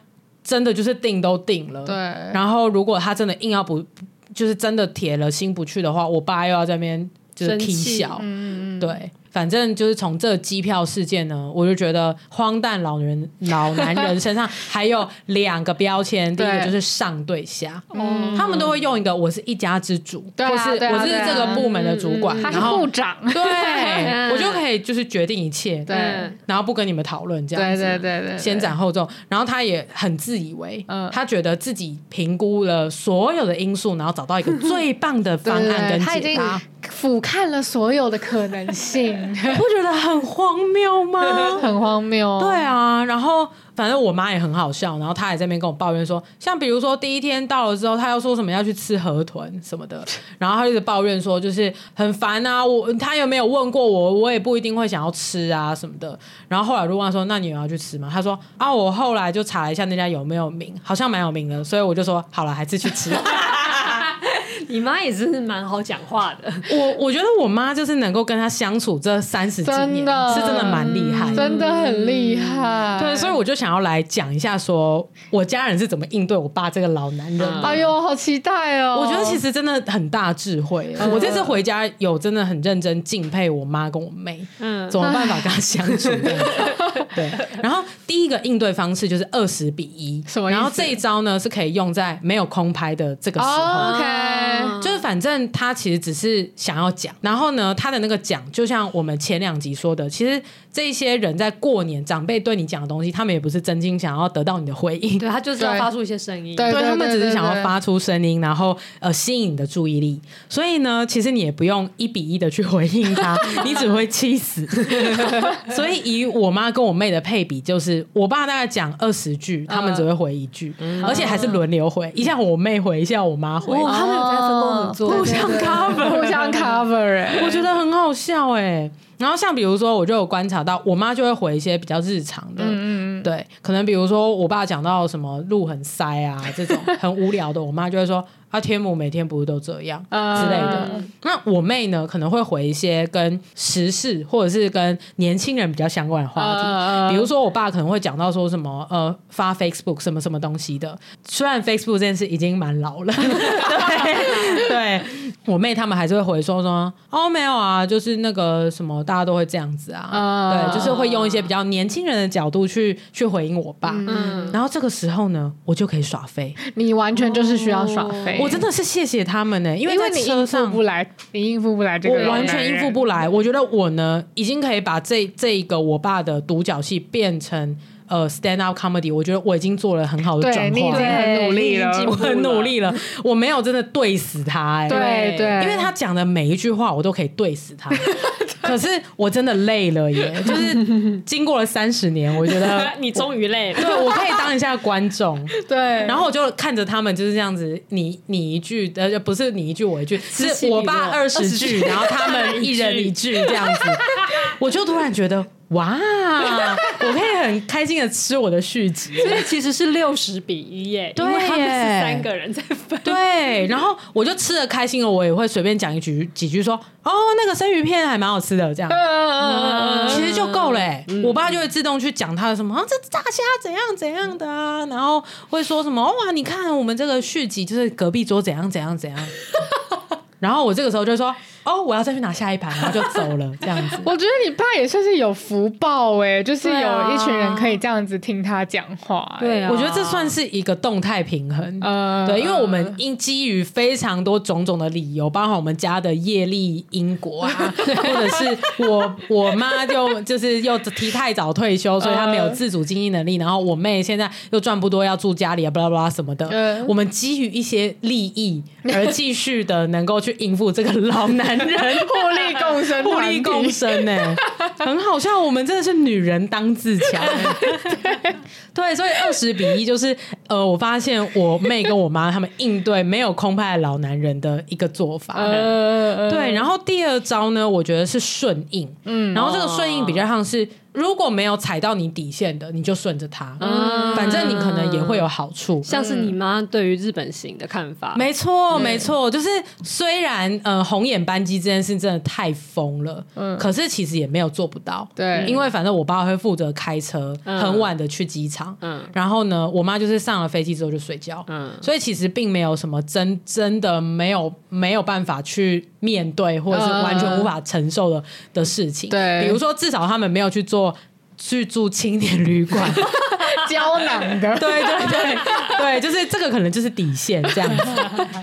C: 真的就是定都定了，
B: 对，啊
C: 然后如果他真的硬要不，就是真的铁了心不去的话，我爸又要在那边就是踢笑，
B: 嗯嗯嗯，
C: 对。反正就是从这机票事件呢，我就觉得荒诞老人老男人身上还有两个 标签，第一个
B: 对哦
C: 就是上对下，
B: 嗯
C: 他们都会用一个我是一家之主，
B: 对啊
C: 或是
B: 对啊
C: 我是
B: 对啊嗯
C: 这个部门的主管，
B: 他是
C: 然后
B: 部长，
C: 对 我就可以就是决定一切，
B: 对
D: 嗯
C: 然后不跟你们讨论这样
B: 对
C: 子，
B: 对对对，
C: 先斩后奏。然后他也很自以为，
B: 嗯
C: 他觉得自己评估了所有的因素，然后找到一个最棒的
B: 对
C: 方
B: 对
C: 案
B: 对，
C: 跟
B: 他已经
C: 解答，
B: 俯瞰了所有的可能性，
C: 不觉得很荒谬 吗？
B: 很荒谬。
C: 对啊，然后反正我妈也很好笑，然后她也在那边跟我抱怨说，像比如说第一天到了之后，她又说什么要去吃河豚什么 的，然后她一直抱怨说就是很烦啊，我她有没有问过我，我也不一定会想要吃啊什么的。然后后来我就问她说，那你有要去吃吗？她说啊，我后来就查了一下那家有没有名，好像蛮有名的，所以我就说好了，还是去吃。
D: 你妈也是蛮好讲话的，
C: 我我觉得我妈就是能够跟她相处这三十几年，
B: 真的
C: 是真的蛮厉害的。
B: 真的很厉害，
C: 对，所以我就想要来讲一下说，我家人是怎么应对我爸这个老男人的。
B: 哎呦，好期待哦！
C: 我觉得其实真的很大智慧。
B: 嗯
C: 我这次回家有真的很认真敬佩我妈跟我妹，
D: 嗯
C: 怎么办法跟她相处这样 子？对，然后第一个应对方式就是二十比一
B: 什，么意思
C: 然后这一招呢是可以用在没有空拍的这个时候
B: 哦。OK，
D: 啊
C: 就是反正他其实只是想要讲，然后呢，他的那个讲，就像我们前两集说的，其实这些人在过年长辈对你讲的东西，他们也不是真心想要得到你的回应，
D: 对，她就是要发出一些声音，
B: 对
C: 他们只是想
B: 对
C: 要发出声音，然后呃吸引你的注意力。所以呢，其实你也不用一比一的去回应他，你只会气 死。所以以我妈跟我妹的配比，就是我爸大概讲二十句，他
B: 嗯
C: 们只会回一句，而且还是轮流回，一下我妹回，一下我妈回。
D: 哦，他们有在分工合作，
C: 互相 cover，
B: 互相 cover，哎，
C: 我觉得很好笑哎、然后像比如说，我就有观察到，我妈就会回一些比较日常的，
B: 嗯嗯
C: 对，可能比如说我爸讲到什么路很塞啊这种很无聊的，我妈就会说啊天母每天不是都这样
B: 嗯
C: 之类的。那我妹呢，可能会回一些跟时事或者是跟年轻人比较相关的话
B: 嗯
C: 题，
B: 嗯嗯
C: 比如说我爸可能会讲到说什么呃发 Facebook 什么什么东西的，虽然 Facebook 这件事已经蛮老了，对对，我妹他们还是会回说说哦没有啊，就是那个什么大家都会这样子啊，
B: 嗯
C: 对，就是会用一些比较年轻人的角度去去回应我爸。
D: 嗯，
C: 然后这个时候呢，我就可以耍飞，
B: 你完全就是需要耍飞，
C: 我真的是谢谢他们呢、因
B: 因
C: 为在
B: 为你
C: 车
B: 应付
C: 上
B: 不来，你应付不来这个，
C: 我完全应付。不来。我觉得我呢，已经可以把这这一个我爸的独角戏变成呃 stand up comedy。我觉得我已经做了很好的转
B: 对你已经
C: 化，
B: 很努力了，
C: 我很努力了，我没有真的对死他、哎，
B: 对对，
C: 因为他讲的每一句话我都可以对死 他。可是我真的累了耶，就是经过了三十年，我觉 得
D: 你终于累了，
C: 对我可以当一下观众。
B: 对，然
C: 然后我就看着他们就是这样子，你你一句，呃，不是你一句我一句，是我爸二十句，然后他们一人一句这样子，我就突然觉得哇，我可以很开心的吃我的续集。
D: 所以其实是六十比一耶，因为他
C: 对
D: 们
C: 耶
D: 是三个人在分。
C: 对，然后我就吃的开心了，我也会随便讲一句几句说，哦，那个生鱼片还蛮好吃的，这样。嗯
D: 嗯
C: 其实就够了、欸。我爸就会自动去讲他的什么，啊，这炸虾怎样怎样的啊，然后会说什么，哦哇，你看我们这个续集就是隔壁桌怎样怎样怎样。 然后我这个时候就说，哦，我要再去拿下一盘，然后就走了，这样子。
B: 我觉得你爸也算是有福报哎、就是
C: 对啊
B: 有一群人可以这样子听他讲话、欸。
D: 对啊
C: 我觉得这算是一个动态平衡。
B: 呃
C: 对，因为我们因基于非常多种种的理由，包括我们家的业力因果啊，或者是我我妈就就是又提太早退休，所以她没有自主经济能力，然后我妹现在又赚不多，要住家里啊，巴拉巴拉什么的。
B: 嗯。
C: 我们基于一些利益而继续的能够去应付这个老男人
B: 互利共生，
C: 互利共。生呢、很好笑。我们真的是女人当自强、 对，所以二十比一就是呃，我发现我妹跟我妈他们应对没有空派老男人的一个做法。
B: 呃，
C: 对，然后第二招呢，我觉得是顺应，嗯，然后这个顺应比较像是，如果没有踩到你底线的，你就顺着他，反正你可能也会有好处。
D: 嗯像是你妈对于日本型的看法，
C: 嗯没错，没错，就是虽然呃红眼班机这件事真的太疯了，可是其实也没有做不到，
B: 对
C: 因为反正我爸会负责开车，很晚的去机场，嗯，然后呢，我妈就是上了飞机之后就睡觉，嗯，所以其实并没有什么真真的没有没有办法去面对或者是完全无法承受的的事情，
B: 对
C: 比如说至少他们没有去做。去住青年旅馆，
B: 胶囊的，
C: 对对对对，就是这个可能就是底线这样子。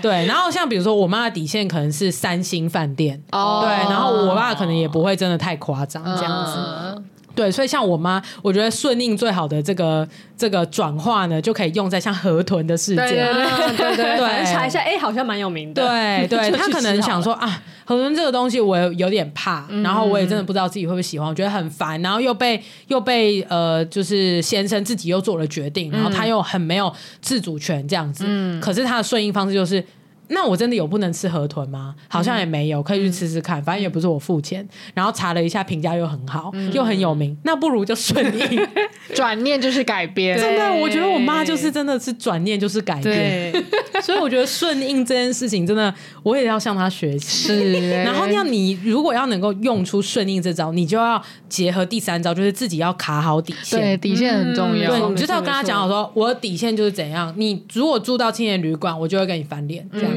C: 对，然后像比如说我妈的底线可能是三星饭店，
B: 哦
C: 对，然后我爸可能也不会真的太夸张这样子。
B: 嗯
C: 对，所以像我妈，我觉得顺应最好的这个这个转化呢，就可以用在像河豚的事件。
B: 对对对
D: 啊对对对，
C: 对
D: 反正查一下，哎，好像蛮有名的。
C: 对对，
D: 就去
C: 他可
D: 吃
C: 能
D: 好
C: 想
D: 了嗯
C: 说啊，河豚这个东西我有有点怕，然后我也真的不知道自己会不会喜欢，我觉得很烦，然后又被又被呃，就是先生自己又做了决定，然后
D: 嗯
C: 他又很没有自主权这样子。可是他的顺应方式就是。那我真的有不能吃河豚吗？好像也
D: 嗯
C: 没有，可以去吃吃看，反正也不是我付钱。然后查了一下，评价又很好，
D: 嗯
C: 又很有名，那不如就顺应。
B: 转念就是改变。
C: 真的，我觉得我妈就是真的是转念就是改变，
B: 对，
C: 所以我觉得顺应这件事情真的，我也要向她学习。
B: 是。
D: 欸
C: 然后要你如果要能够用出顺应这招，你就要结合第三招，就是自己要卡好底
B: 对
C: 线。
B: 底线很重要
C: 对，，
D: 没
C: 你就是
D: 错
C: 要跟他
D: 没
C: 讲好说，我的底线就是怎样。你如果住到青年旅馆，我就会跟你翻脸这样子。
B: 嗯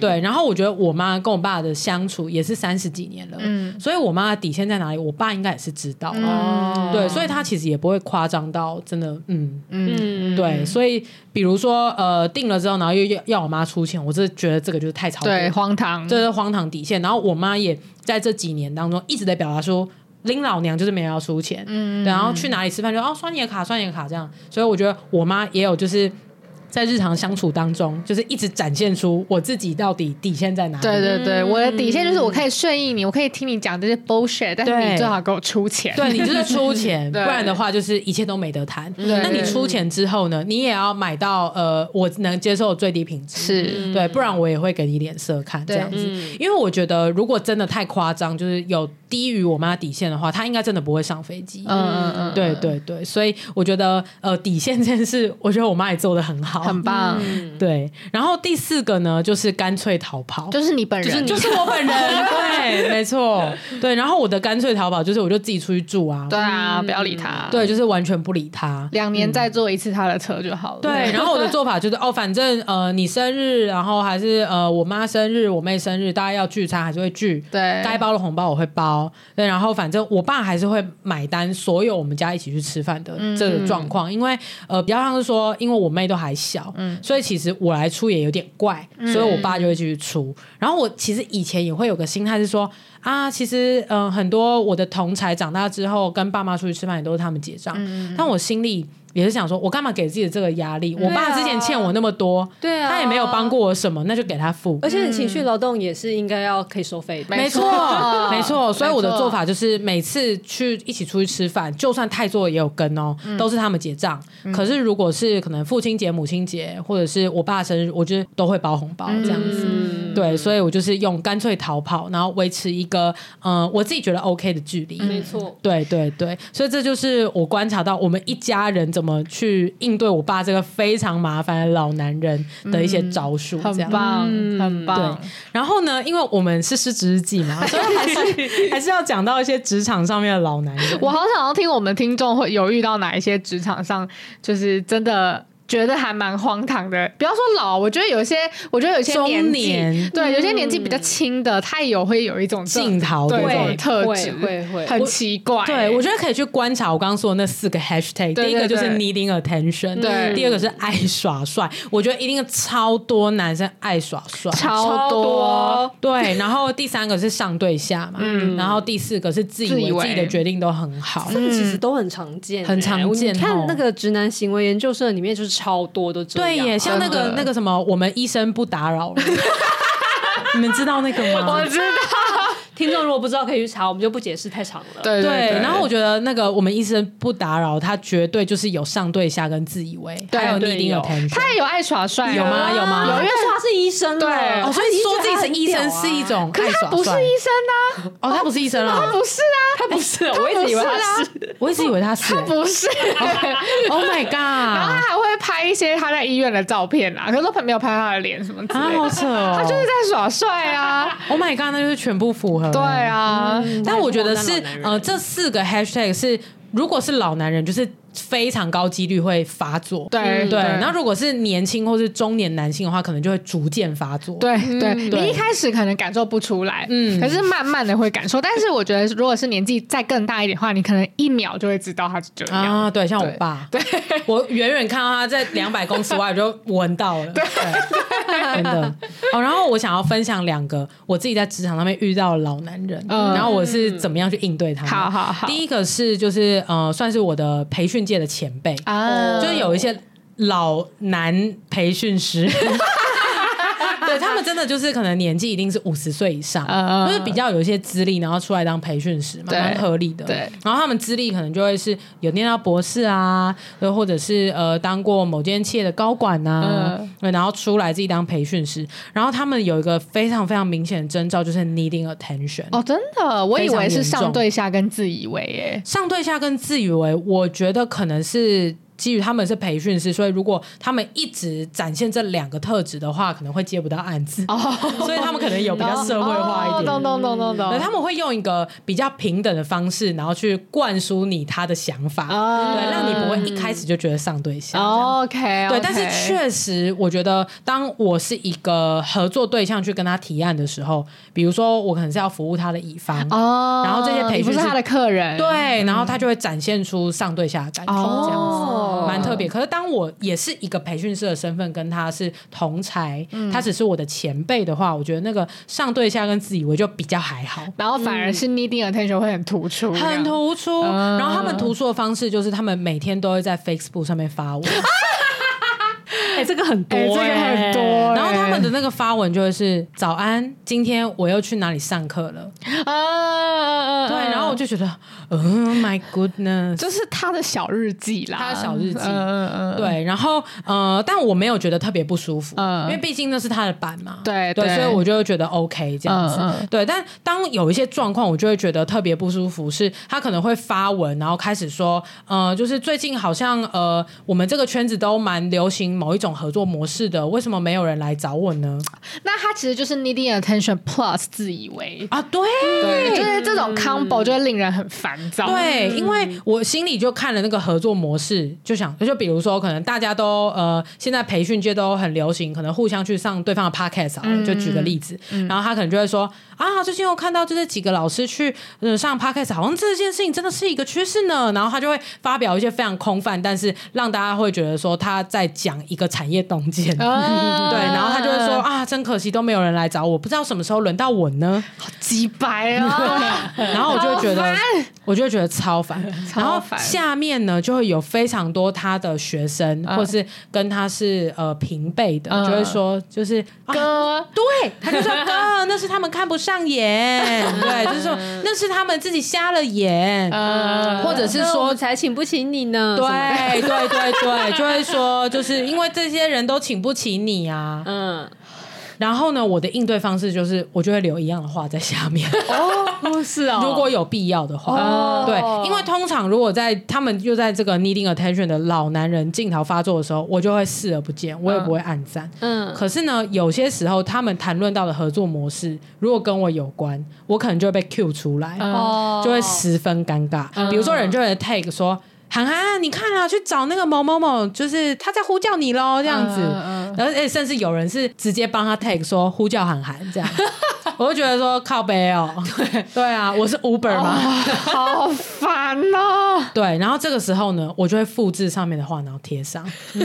C: 对，然后我觉得我妈跟我爸的相处也是三十几年了，
B: 嗯
C: 所以我妈的底线在哪里，我爸应该也是知道的。
B: 哦
C: 对，所以他其实也不会夸张到真的，嗯，
D: 嗯，
C: 对，所以比如说呃定了之后，然后又要要我妈出钱，我真的觉得这个就是太超过了
B: 对，荒唐，
C: 这是荒唐底线。然后我妈也在这几年当中一直在表达说，拎老娘就是没有要出钱，嗯，然后去哪里吃饭就哦刷你的卡，刷你的卡这样。所以我觉得我妈也有就是在日常相处当中，就是一直展现出我自己到底底线在哪里。
B: 对对
C: 嗯
B: 对，我的底线就是我可以顺应你，我可以听你讲这些 bullshit，但是
C: 对
B: 你最好给我出钱。
C: 对你就是出钱，不
B: 对
C: 然的话就是一切都没得谈。
B: 对
C: 那你出钱之后呢，你也要买到呃我能接受的最低品质，
B: 是
C: 对，不然我也会给你脸色看
B: 嗯
C: 这
B: 对嗯
C: 样子。因为我觉得如果真的太夸张，就是有低于我妈底线的话，她应该真的不会上飞机。
B: 嗯嗯嗯，
C: 对对对，所以我觉得呃底线这件事，我觉得我妈也做的很好，
B: 很棒，
D: 嗯
C: 对。然后第四个呢，就是干脆逃跑，
B: 就是你本人，
D: 嗯
C: 就是我本人，对，没错，对。然后我的干脆逃跑就是我就自己出去住啊，
B: 对啊，不要理他，，
C: 对，就是完全不理他。
B: 两年再坐一次他的车就好了。
C: 对，然后我的做法就是哦，反正呃，你生日，然后还是呃，我妈生日，我妹生日，大家要聚餐还是会聚，
B: 对
C: 该包的红包我会包，对，然后反正我爸还是会买单所有我们家一起去吃饭的这个状况，因为呃，比较像是说，因为我妹都还小，所以其实我来出也有点怪，所以我爸就会继续出。然后我其实以前也会有个心态是说啊，其实嗯、呃很多我的同才长大之后跟爸妈出去吃饭也都是他们结账，但我心里。也是想说，我干嘛给自己这个压力？我爸之前欠我那么多，
D: 对啊
C: 他也没有帮过我什么，那就给他付。
D: 而且你情绪劳动也是应该要可以收费的。
B: 没
C: 嗯没
B: 错
C: 错，没错。所以我的做法就是，每次去一起出去吃饭，就算太座也有跟哦，都是他们结账。可是如果是可能父亲节、母亲节，或者是我爸生日，我就都会包红包这样子。
B: 嗯
C: 对，所以我就是用干脆逃跑，然后维持一个嗯、呃我自己觉得 OK 的距离。
D: 没错。
C: 对对对，所以这就是我观察到我们一家人怎么去应对我爸这个非常麻烦的老男人的一些招数，这
B: 很。
C: 样
B: 棒，
D: 嗯
B: 很棒。
C: 然后呢，因为我们是失职日记 嘛，所以还是还是要讲到一些职场上面的老男 人。
B: 我好想要听我们听众会有遇到哪一些职场上，就是真的。觉得还蛮荒唐的，不要说老，我觉得有些，我觉得有些
C: 中
B: 年纪，
C: 年
B: 对，有些年纪比较轻的，他也有会有一种这
C: 镜头的
B: 对这种
C: 会
B: 特质，
D: 会会会
B: 很奇怪、
C: 对，我觉得可以去观察我刚刚说的那四个 hashtag。
B: 哎对
C: 第一个
B: 对
C: 就是
B: 对嗯
C: needing attention，
B: 对
C: 第二个是爱耍帅。我觉得一定超多男生爱耍帅，
B: 超多
C: 对。然后第三个是上对下嘛，然后第四个是自以
B: 嗯自以
C: 为
B: 为
C: 自己的决定都很好。
D: 这个其实都很常见欸，
C: 嗯很常见
D: 你
C: 哦
D: 看那个直男行为研究社里面就是超多都这样啊。
C: 对耶，像那
B: 真
C: 个
B: 的
C: 那个什么，我们医生不打扰了， 你们知道那 个吗？
B: 我知道，
D: 听众如果不知道可以去查，我们就不解释太长了。
B: 对
C: 对，
B: 对。
C: 然后我觉得那个我们医生不打扰，他绝对就是有上对下跟自以为，
B: 对
C: 还有
B: 对
C: needing
B: 有
C: attention。
B: 他也有爱耍帅啊，
C: 有吗有吗
B: 有，因为
D: 他是医生了
B: 对
C: 哦，所以说自己是医
D: 啊
C: 生是一种
B: 啊可
C: 爱
B: 是他
C: 耍
B: 不是
C: 帅
B: 医生啊，
C: 哦，他不是医生啊哎
B: 他，不是啊，
D: 他不是，我一直以为他是。
C: 我一直以为他是欸。
B: 他不 是。然
C: Oh my
B: 后他
C: god！
B: 还会拍一些他在医院的照片啊，可是都没有拍他的脸什么之
C: 啊，
B: 类
C: 好
B: 的。
C: 扯哦！
B: 他就是在耍帅啊，
C: Oh my god，那就是全部符合。
B: 对，啊，
C: 但我觉得
D: 那
C: 是
D: 老男人
C: 呃，这四个 hashtag 是，如果是老男人，就是非常高几率会发作。
B: 对
C: 嗯对，那如果是年轻或是中年男性的话，可能就会逐渐发作。
B: 对对，
C: 嗯对
B: 你一开始可能感受不出来，
C: 嗯
B: 嗯，可是慢慢的会感受。但是我觉得，如果是年纪再更大一点的话，你可能一秒就会知道他是这样。
C: 啊，对，像我爸，对 我远远看到他在两百公尺外，我就闻到了，对，真的。哦，然后我想要分享两个我自己在职场上面遇到的老男人，
B: 嗯
C: 然后我是怎么样去应对他们。
B: 好好好
C: 第一个是就是呃，算是我的培训界的前辈，
B: 啊
C: 就是有一些老男培训师。 对他们真的就是可能年纪一定是五十岁以上，
B: 嗯嗯
C: 就是比较有一些资历，然后出来当培训师嘛，
B: 对
C: 蛮合理的。
B: 对
C: 然后他们资历可能就会是有念到博士啊，又或者是呃当过某间企业的高管啊，
B: 嗯
C: 对然后出来自己当培训师。然后他们有一个非常非常明显的征兆，就是 needing attention。
B: 哦，真的，我以为
C: 非常严重
B: 是上对下跟自以为耶。
C: 上对下跟自以为，我觉得可能是基于他们是培训师，所以如果他们一直展现这两个特质的话，可能会接不到案子，所以他们可能有比较社会化一点。
B: 哦哦懂懂懂懂懂
C: 对，。他们会用一个比较平等的方式，然后去灌输你他的想法，
B: 啊
C: 对，让你不会一开始就觉得上对下。这样
B: 哦 OK，
C: 对，但是确实，我觉得当我是一个合作对象去跟他提案的时候，比如说我可能是要服务他的乙方，
B: 哦，
C: 然后这些培
B: 你不
C: 训
B: 是
C: 是
B: 他的客人，
C: 对，
B: 嗯
C: 然后他就会展现出上对下的感觉，
B: 哦
C: 这样子蛮特别。可是当我也是一个培训师的身份，跟他是同才，他只是我的前辈的话，我觉得那个上对下跟自以为就比较还好。
B: 然后反而是 needing attention 会很突出，
C: 嗯很突出，
B: 嗯
C: 然后他们突出的方式就是他们每天都会在 Facebook 上面发文，
D: 哎，这个很多
B: 哎，
D: 欸，
B: 这个很多欸。
C: 然后他们的那个发文就会是早安，今天我又去哪里上课了，
B: 啊，
C: 对，然后我就觉得，Oh my goodness，
B: 就是他的小日记啦，
C: 他的小日记
B: 嗯嗯嗯，
C: 对，然后呃，但我没有觉得特别不舒服，
B: 嗯
C: 因为毕竟那是他的版嘛，
B: 对
C: 对，
B: 对
C: 所以我就会觉得 OK 这样子，
B: 嗯嗯
C: 对。但当有一些状况，我就会觉得特别不舒服，是他可能会发文，然后开始说，呃，就是最近好像呃，我们这个圈子都蛮流行某一种合作模式的，为什么没有人来找我呢？
B: 那他其实就是 needing attention plus 自以为，
C: 啊，对。
B: 对，就是这种 combo 就会令人很烦躁，
C: 对，因为我心里就看了那个合作模式，就想就比如说，可能大家都呃，现在培训界都很流行，可能互相去上对方的 podcast 啊，就举个例子，然后他可能就会说啊，最近我看到就是几个老师去、呃、上 podcast，好像这件事情真的是一个趋势呢，然后他就会发表一些非常空泛，但是让大家会觉得说他在讲一个产业洞见。
B: 啊
C: 对，然后他就会说啊，真可惜都没有人来找我，不知道什么时候轮到我呢。
B: 几百啊，
C: 然后我就会觉得
B: 好烦，
C: 我就会觉得超烦。然后
B: 超烦
C: 下面呢，就会有非常多他的学生，或是跟他是呃平辈的，
B: 嗯
C: 就会说就是啊
B: 哥，
C: 对，他就说哥，那是他们看不上眼， 对，就是说那是他们自己瞎了眼，
B: 呃，
C: 或者是说。
D: 才请不起你呢？什么的，
C: 对 对对对，就会说，就是因为这些人都请不起你啊，
D: 嗯，
C: 然后呢，我的应对方式就是我就会留一样的话在下面，
D: 哦，是哦，
C: 如果有必要的话。
D: 哦
C: 对，因为通常如果在他们又在这个 needing attention 的老男人镜头发作的时候，我就会视而不见，我也不会暗赞。
D: 嗯
C: 可是呢，有些时候他们谈论到的合作模式，如果跟我有关，我可能就会被 cue 出来，
D: 哦
C: 就会十分尴尬。
B: 嗯
C: 比如说，人就会 take 说。涵涵，你看啊，去找那个某某某，就是他在呼叫你喽，这样子。
B: 嗯嗯嗯
C: 然后，哎、甚至有人是直接帮他 take 说呼叫涵涵 这样，我就觉得说靠背哦，对对啊，我是
B: 哦
C: Uber 吗？
B: 好烦哦！
C: 对，然后这个时候呢，我就会复制上面的话，然后贴上。 对，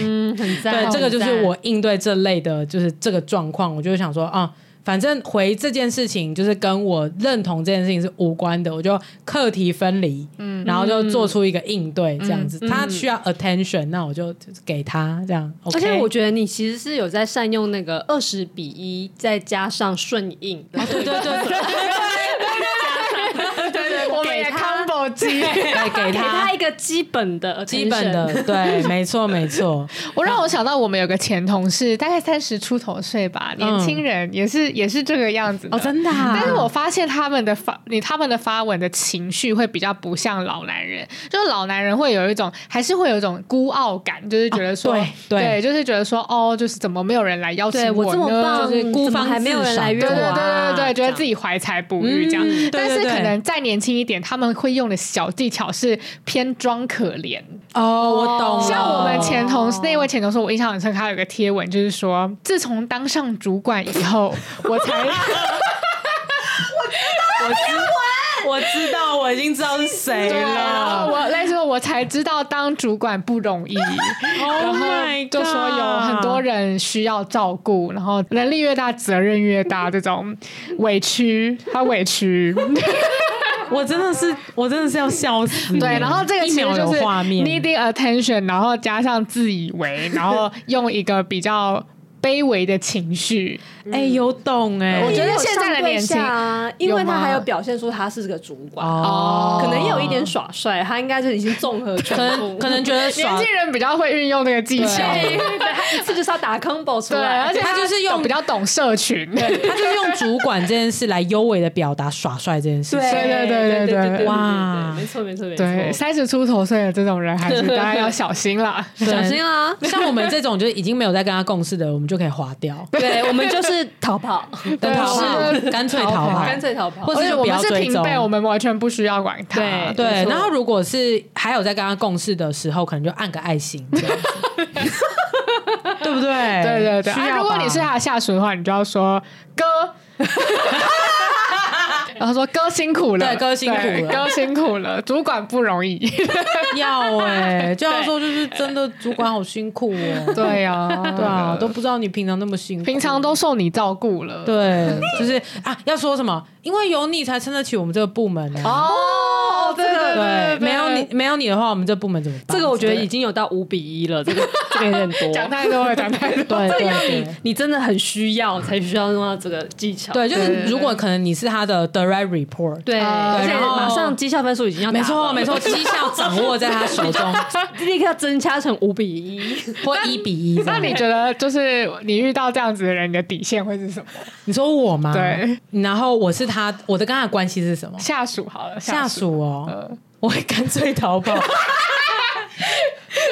D: 嗯，很赞，
C: 对，这个就是我
D: 很赞。
C: 应对这类的，就是这个状况，我就会想说啊。反正回这件事情就是跟我认同这件事情是无关的，我就课题分离，嗯，然后就做出一个应
B: 嗯
C: 对这样子。他需要 attention，那我就就是给他这样。
D: 而且
C: OK
D: 我觉得你其实是有在善用那个二十比一，再加上顺应的，
C: 对对对
B: 我们也 combo 机，
C: 对，给
D: 给他
C: 他
D: 一个基本的
C: 基本
D: attention
C: 的，对，没错没 错。
B: 我让我想到我们有个前同事，大概三十出头岁吧，年轻人，也是也是这个样子的。
C: 嗯的、啊
B: 但是我发现他们的发，你他们的发文的情绪会比较不像老男人，就是老男人会有一种，还是会有一种孤傲感，就是觉得说，
C: 哦对对
B: 就是觉得说，哦，就是怎么没有人来邀请
D: 对我
B: 呢？
D: 这么棒，
C: 就是孤
D: 怎么
C: 芳
D: 还没有
C: 自
D: 人来
C: 赏
D: 约
B: 对
D: 我
B: 对对
D: 啊，
B: 对对，觉得自
D: 己
B: 己怀才不遇这样，但是
C: 嗯对对
B: 可能再年轻一点，他们会用的小技巧是偏装可怜，
C: 哦，我懂了，
B: 像我们前同事那位前同事，我印象很深刻，他有个贴文就是说，自从当上主管以后，我 才
C: 我知道，我已经知道是谁
B: 对，啊然后
C: 了。
B: 我那时候我才知道当主管不容易，然
C: Oh
B: 后
C: my
B: 就说有很多
C: God
B: 人需要照顾，然后能力越大，责任越大，这种委屈，他委屈。
C: 我真的是，我真的是要笑死。
B: 对，然后这个
C: 一
B: 其实
C: 秒
B: 就
C: 有
B: 是
C: 画面，
B: needing attention，然后加上自以为，然后用一个比较卑微的情绪。
C: 哎、有懂哎、
B: 我觉得现在的年轻
D: 啊，因为
B: 有吗
D: 他还有表现出他是个主管，
C: 哦
D: 可能也有一点耍帅，他应该是已经综合全
C: 可
D: 部
C: 能，可能觉得
B: 年
C: 爽
B: 轻，人比较会运用这个技巧，
D: 对，对他一次就是要打 combo 出
B: 对，
D: 来，
B: 而且
C: 他就是用
B: 比较懂社群，对
C: 他就是用主管这件事来优美的表达耍帅这件事情。
B: 对对对对对对
C: 哇
D: 没错没错没
B: 对，
D: 错，
B: 三十出头岁的这种人，还是大家要小心啦。
D: 小心啊啦！
C: 像我们这种就是已经没有在跟他共事的，我们就可以划 掉，
D: 对我们就是逃跑，
C: 对
B: 啊
C: 逃跑，干脆逃跑，
D: 干脆逃跑
C: 或。
B: 而
C: 者
B: 且
C: 就
B: 我
C: 不
B: 们
C: 要
B: 是
C: 追
B: 平
C: 踪
B: 辈，我们完全不需要管他。
D: 对
C: 对
D: 没，错
C: 然后如果是还有在跟他共事的时候，可能就按个爱心这 样子，对不对？
B: 对对对，
C: 哎
B: 啊
C: 需要吧
B: 如果你是他的下属的话，你就要说 哥。然后说哥辛苦了，
C: 对哥辛苦了
B: 对哥辛苦了，主管不容易。
C: 要哎、就要说就是真的，主管好辛苦哦。
B: 对呀、
C: 对啊，都不知道你平常那么辛 苦，
B: 平常都受你照顾了。
C: 对，就是啊，要说什么？因为有你才撑得起我们这个部门啊。
B: 哦，对对
C: 对，没有你，没有你的话，我们这部门怎么办？
D: 这个我觉得已经有到五比一了，这个这个有 点 多。
B: 讲太多了，讲太多。
C: 对
D: 这
C: 对
D: 个要
C: 对
D: 你你真的很需要才需要用到这个技巧。
C: 对，就
B: 对对
C: 是
B: 对
C: 如果可能你是他的 direct report，
D: 对，
B: 啊
D: 而且
C: 对然后
D: 马上绩效分数已经要打
C: 没错
D: 了
C: 没错，绩效掌握在他 手中，
D: 立刻增加成五比一。
C: 或一比一这
B: 那
C: 样。
B: 你觉得，就是你遇到这样子的人，你的底线会是什么？
C: 你说我吗？
B: 对，
C: 然后我是他，我的跟他的关系是什么？
B: 下属好了，
C: 下
B: 属。
C: 属哦
B: 呃，
C: 我会干脆 逃跑，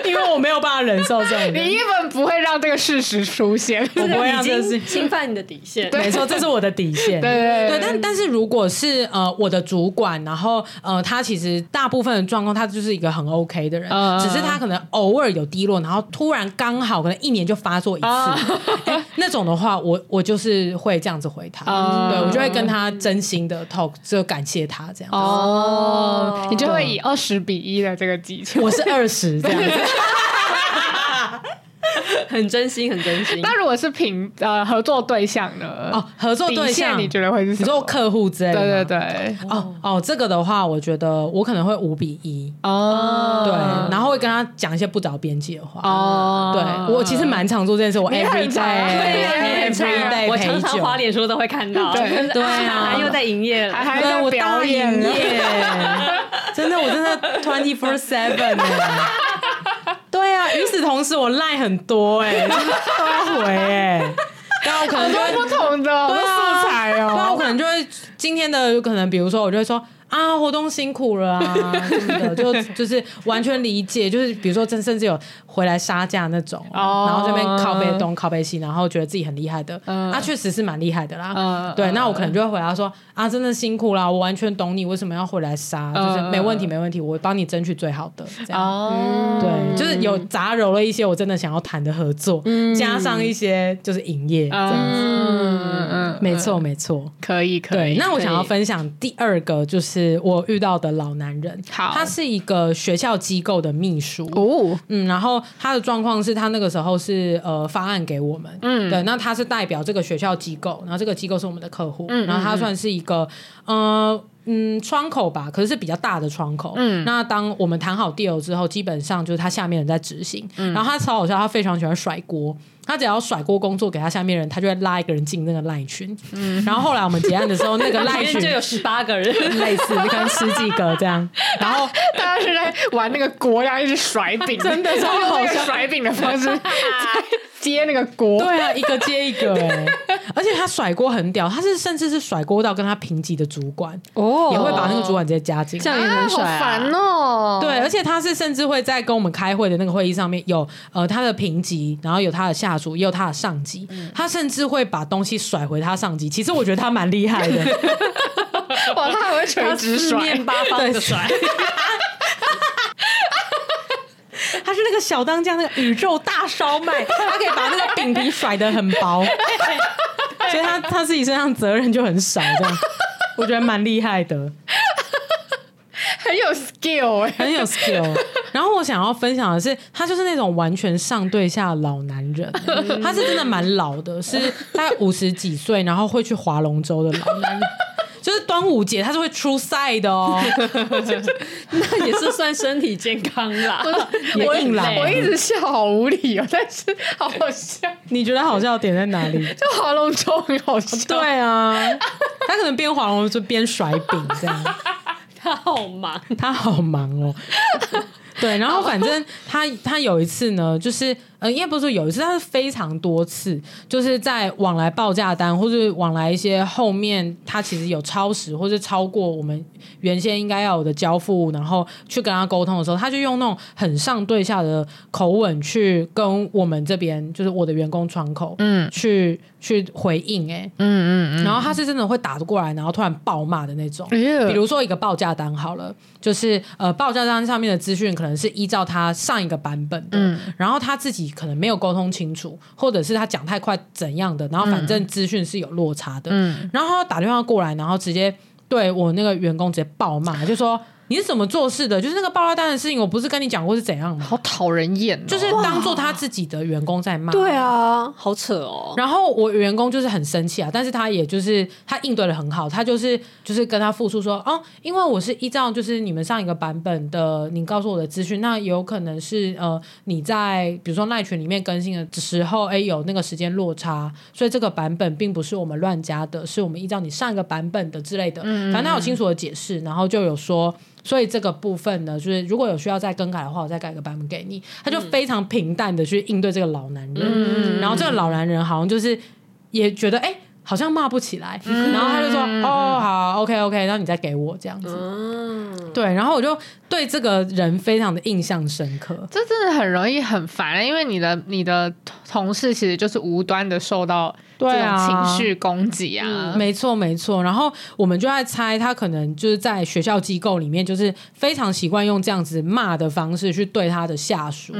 C: 因为我没有办法忍受这种
B: 你
C: 人，
B: 一本不会让这个事实出 现，
C: 我不会
D: 已
C: 让这个事
D: 经侵犯你的底线。
C: 没错，这是我的底线。
B: 对对对
C: 对，但但是如果是呃我的主管，然后呃他其实大部分的状况他就是一个很 OK 的人，
B: 嗯
C: 只是他可能偶尔有低落，然后突然刚好可能一年就发作一次，
B: 啊
C: 哎那种的话，我我就是会这样子回他，
B: 嗯
C: 对我就会跟他真心的 talk，就感谢他这样。
B: 哦，你就会以二十比一的这个技巧。
C: 我是二十这 样子，
D: 很真心，很真心。
B: 那如果是平呃合作对象呢？
C: 哦，合作对
B: 底线
C: 象
B: 你觉得会是什
C: 你
B: 么？
C: 说客户之类
B: 对
C: 的吗，
B: 对对，
C: 哦哦，这个的话，我觉得我可能会五比一，
B: 哦，
C: 对，然后会跟他讲一些不着边际的话。
B: 哦，
C: 对我其实蛮常做这件事，我
B: 你很
C: every
B: 常对
C: day
B: 你很常
C: every day
D: 我常
C: 陪
D: 常
C: 酒
D: 滑脸书都会看到，
B: 对
D: 对
C: 啊
D: 又在营业
B: 还
D: 了。
B: 还
C: 对
B: 在
C: 我
B: 表
C: 大
B: 演
C: 营
B: 了，
C: 业，真的我真的 twenty four seven 哎。欸 对啊，与此同时我赖很多哎、就是都要回哎、都要然我可能就会
B: 不同的
C: 对啊
B: 素材
C: 对啊，我
B: 哦。
C: 可能就会今天的有可能，比如说我就会说啊，活动辛苦了啊， 什么的，就就是完全理解，就是比如说真甚至有回来杀价那种，
B: 哦
C: 然后这边靠背东靠背西，然后觉得自己很厉害的，
B: 嗯
C: 啊，确实是蛮厉害的啦。
B: 嗯
C: 对，那我可能就会回答说啊，真的辛苦啦，我完全懂你为什么要回来杀，就是
B: 嗯
C: 没问题，没问题，我帮你争取最好的这样。
B: 哦，
C: 对，就是有杂糅了一些我真的想要谈的合作，加上一些就是营业这样子。
B: 嗯嗯，
C: 没错，没错。
B: 可以可
C: 对
B: 以。，
C: 那我想要
B: 可以
C: 分享第二个，就是我遇到的老男人，
B: 好
C: 他是一个学校机构的秘书。
B: 哦，
C: 嗯，然后他的状况是他那个时候是呃发案给我们，嗯，对，那他是代表这个学校机构，然后这个机构是我们的客户，
D: 嗯
C: 然后他算是一个呃嗯窗口吧，可是是比较大的窗口，嗯，那当我们谈好 deal 之后，基本上就是他下面人在执行，
D: 嗯
C: 然后他超好笑，他非常喜欢甩锅。他只要甩锅工作给他下面人，他就会拉一个人进那个赖群。然后后来我们结案的时候，那个赖
D: 嗯 里
C: 群
D: 面就有十八个人，
C: 类似，可能十几个这样。然后
B: 大家是在玩那个锅，然后一直甩 饼，真的超好笑，甩饼的方式在接那个锅。
C: 对啊，一个接一个哎、 而且他甩锅很屌，他是甚至是甩锅到跟他平级的主管，
D: 哦
C: 也会把那个主管直接加进来。
D: 这样也能甩
B: 好
D: 啊？
B: 烦哦！
C: 对，而且他是甚至会在跟我们开会的那个会议上面有呃他的评级，然后有他的下属，也有他的上级，他甚至会把东西甩回他上级。其实我觉得他蛮厉害的，
B: 哇，他还会垂直
D: 四
B: 甩，
D: 面八方的甩，
C: 他是那个小当家那个宇宙大烧麦，他可以把那个饼皮甩得很薄， 所以他他自己身上责任就很少，这样我觉得蛮厉害的。
B: 很有 skill 哎。
C: 很有 skill。然后我想要分享的是，他就是那种完全上对下的老男人，他是真的蛮老的，是大概五十几岁，然后会去划龙舟的老 男人。就是端午节，他是会出赛的哦，
D: 那也是算身体健康啦。
C: 也硬朗。
B: 我一直笑好无理哦，但是好好笑，
C: 你觉得好笑的点在哪里？
B: 就划龙舟很好笑。
C: 对啊，他可能边划龙舟边甩饼这样。
D: 他好忙，
C: 他好忙哦。对，然后反正他他有一次呢，就是呃，应该不是说有一次，他是非常多次，就是在往来报价单或是往来一些后面，他其实有超时或是超过我们原先应该要有的交付，然后去跟他沟通的时候，他就用那种很上对下的口吻去跟我们这边，就是我的员工窗口，嗯，去去回应、哎，
B: 嗯嗯
C: 然后他是真的会打过来，然后突然暴骂的那种。
B: 哎呀
C: 比如说一个报价单好了，就是呃报价单上面的资讯可能是依照他上一个版本的，然后他自己可能没有沟通清楚，或者是他讲太快怎样的，然后反正资讯是有落差
B: 嗯
C: 的。然后他打电话过来，然后直接对我那个员工直接暴骂，就说。你是怎么做事的？就是那个报价单的事情，我不是跟你讲过是怎样吗？
B: 好讨人厌哦，
C: 就是当做他自己的员工在骂。
D: 对啊，好扯哦。
C: 然后我员工就是很生气啊，但是他也就是他应对的很好，他就是就是跟他复述说，哦，因为我是依照就是你们上一个版本的，你告诉我的资讯，那有可能是呃你在比如说赖群里面更新的时候，哎有那个时间落差，所以这个版本并不是我们乱加的，是我们依照你上一个版本的之类的，反正他有清楚的解释，然后就有说。所以这个部分呢，就是如果有需要再更改的话，我再改个版本给你。他就非常平淡的去应对这个老男人，然后这个老男人好像就是也觉得哎、好像骂不起来，然后他就说哦好 OK OK，那你再给我这样子。对，然后我就对这个人非常的印象深刻。
B: 这真的很容易很烦，因为你的你的同事其实就是无端的受到这
C: 对
B: 种
C: 啊嗯
B: 情绪攻击啊，
C: 没错，没错。然后我们就在猜，他可能就是在学校机构里面，就是非常习惯用这样子骂的方式去对他的下属，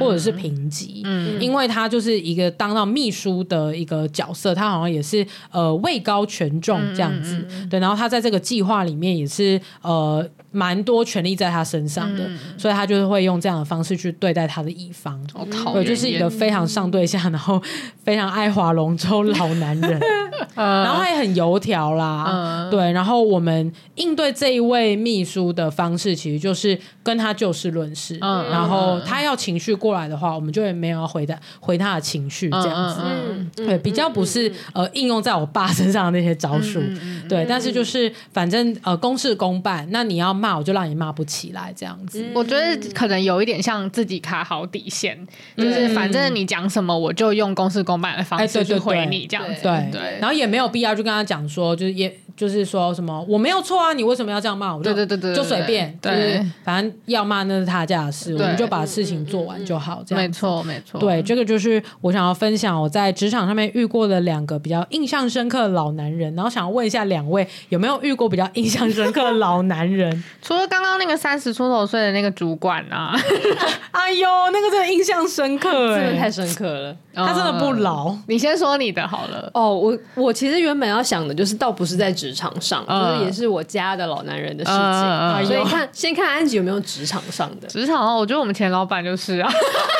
C: 或者是评级。因为他就是一个当到秘书的一个角色，他好像也是呃位高权重这样子。对，然后他在这个计划里面也是呃蛮多权力在他身上的，所以他就是会用这样的方式去对待他的乙方。
B: 好讨
C: 对，
B: 厌，
C: 就是一个非常上对下，然后非常爱划龙舟老男人。
B: 嗯
C: 然后他也很油条啦，
B: 嗯
C: 对。然后我们应对这一位秘书的方式，其实就是跟他就事论事，
B: 嗯
C: 然后他要情绪过来的话，我们就也没有要回答回他的情绪这样子。
B: 嗯嗯
C: 对，比较不是呃应用在我爸身上的那些招数，对，但是就是反正呃公事公办，那你要骂我就让你骂不起来这样子，
B: 我觉得可能有一点像自己卡好底线，就是反正你讲什么，我就用公事公办的方
C: 嗯哎
B: 式
C: 对
B: 去
C: 对
B: 回
C: 对
B: 你这样子。
C: 对，
B: 对
C: 然后也没有必要就跟他讲说，就是也就是说什么我没有错啊，你为什么要这样骂我？就
B: 对对对对
C: 就随便，
B: 对
C: 就是反正要骂那是他家的事，我
B: 对
C: 们就把事情做完就好，这样
B: 没错，没错，
C: 对，这个就是我想要分享我在职场上面遇过的两个比较印象深刻的老男人，然后想要问一下两位有没有遇过比较印象深刻的老男人？
B: 除了刚刚那个三十出头岁的那个主管啊，
C: 哎呦，那个真的印象深刻、
D: 真的
C: 哎，
D: 太深刻了。
C: 他真的不老，
B: 你先说你的好了。
D: 哦，我我其实原本要想的就是，倒不是在职场上，
B: 嗯
D: 就是也是我家的老男人的事
B: 嗯嗯嗯
D: 情。啊所以看先看安吉有没有职场上的。
B: 职场啊上，我觉得我们前老板就是啊，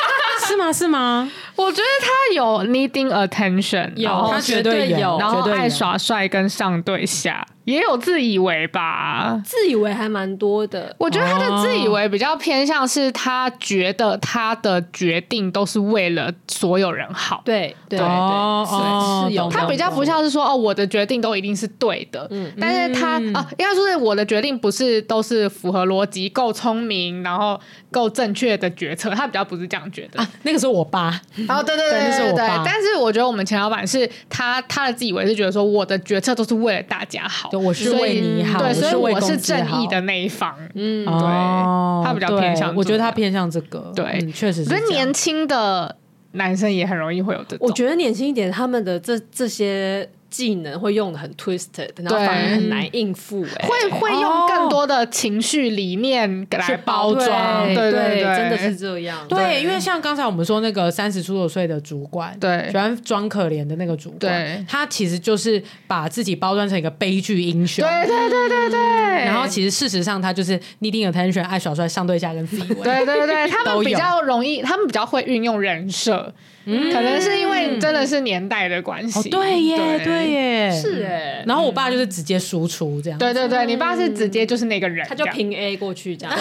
C: 是吗？是吗？
B: 我觉得他有 needing attention，
D: 有
B: 然后
C: 他绝对
D: 绝对
C: 有，
D: 有
B: 然
C: 绝
B: 后
C: 对有
B: 爱耍帅跟上对下，也有自以为吧。
D: 自以为还蛮多的，
B: 我觉得他的自以
C: 哦
B: 为比较偏向是他觉得他的决定都是为了所有人好，
D: 对对对，
C: 哦哦
D: 是是有
C: 懂
D: 这
B: 他
D: 样
B: 比较
D: 子
B: 不像是说哦我的决定都一定是对的，
C: 嗯
B: 但是他啊应该说是我的决定不是都是符合逻辑、够聪明，然后够正确的决策，他比较不是这样觉得。
C: 啊，那个时候我爸，
B: 哦，对对对
C: 对那是
B: 对
C: 我
B: 对
C: 爸，
B: 但是我觉得我们钱老板是他他的自以为是觉得说我的决策都是为了大家好，
C: 对我是
B: 所以
C: 为你好
B: 对，
C: 我是
B: 所以
C: 为
B: 我是
C: 公司
B: 正义
C: 好
B: 的那一方，嗯，
C: 哦
B: 对，他比较偏向这个，
C: 对我觉得他偏向这个，
B: 对
C: 嗯确实是
B: 我
C: 这
B: 觉
C: 样。
B: 得年轻的男生也很容易会有这种，
D: 我觉得年轻一点，他们的这这些技能会用的很 twisted，然后
B: 对
D: 反而很难应付、哎，
B: 会会用更多的情绪理念来包装，
D: 对
B: 对对，
D: 真的是这样。
C: 对，因为像刚才我们说那个三十出头岁的主管，
B: 对
C: 喜欢装可怜的那个主
B: 对
C: 管，他其实就是把自己包装成一个悲剧英雄。
B: 对对对对对，
C: 然后其实事实上他就是 needing attention，爱耍帅，上对下跟自以为。
B: 对对 对，他
C: 都
B: 们
C: 有嗯
B: 比较容易，他们比较会运用人设，可能是因为真的是年代的关系。
C: 哦，对耶，对。耶，
D: 是。哎、
C: 然后我爸就是直接输出这样，
B: 对对对，你爸是直接就是那个人，
D: 他就
B: 这样
D: 平 A 过 去这样，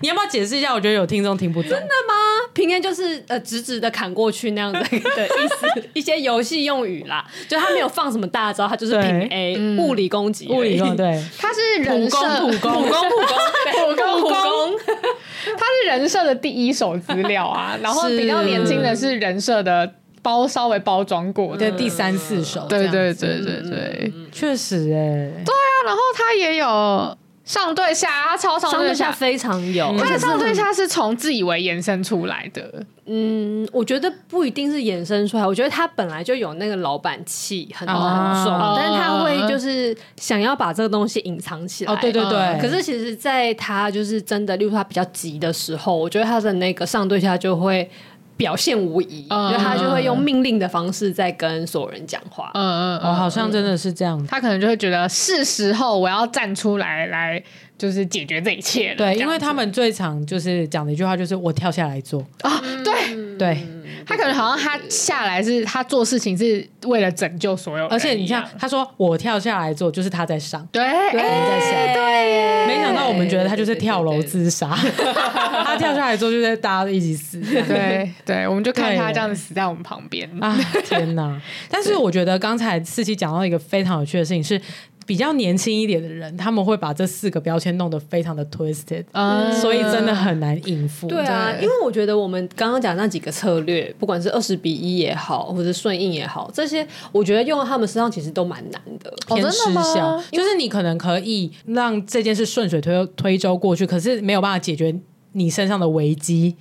C: 你要不要解释一下？我觉得有听众听不懂。真的
D: 平 A 就是呃直直的砍过去那 样的的意思，一些游戏用语啦，就他没有放什么大招，他就是
C: 对
D: 平 A
C: 嗯
D: 物理攻击而已，
C: 物理 用 对，
B: 他是人设，
C: 普攻普攻
D: 普攻普攻普攻普攻，
B: 他是人设的第一手资料 啊。然后比较年轻的是人设的包稍微包装过的
C: 对，第三四首这
B: 对
C: 样子。嗯
B: 对对对对。
C: 确实哎，
B: 啊然后他也有上对下，他超上
D: 上
B: 对
D: 对下非常有，
C: 嗯
B: 他的上对下是从自以为延伸出来的，
D: 嗯，我觉得不一定是衍生出来，我觉得他本来就有那个老板气很重
C: 啊
D: 很重，但是他会
B: 嗯
D: 就是想要把这个东西隐藏起来。
C: 哦对对对，
D: 可是其实，在他就是真的，例如说他比较急的时候，我觉得他的那个上对下就会表现无疑，
B: 嗯
D: 就他就会用命令的方式在跟所有人讲话。
B: 嗯嗯
C: 哦，好像真的是这样子。
B: 他可能就会觉得是时候我要站出来来，就是解决这一切了。
C: 对，
B: 这样
C: 因为他们最常就是讲的一句话就是“我跳下来做
B: 啊，
C: 嗯
B: 对”，
C: 对，
B: 他可能好像他下来是他做事情是为了拯救所有人一样，
C: 而且你像他说“我跳下来做”，就是他在上，
B: 对
C: 别人在下。
D: 对
C: 没想到我们觉得他就是跳楼自杀，他跳下来做就是大家一起死。
B: 对对，我们就看
C: 对
B: 他这样子死在我们旁边。
C: 啊，天哪！但是我觉得刚才四期讲到一个非常有趣的事情是。比较年轻一点的人，他们会把这四个标签弄得非常的 twisted，、
B: 嗯
C: 所以真的很难应付。
D: 对啊，因为我觉得我们刚刚讲那几个策略，不管是二十比一也好，或者顺应也好，这些我觉得用到他们身上其实都蛮难的。
C: 偏
B: 真的
C: 失
B: 吗
C: 效，就是你可能可以让这件事顺水推推舟过去，可是没有办法解决你身上的危机。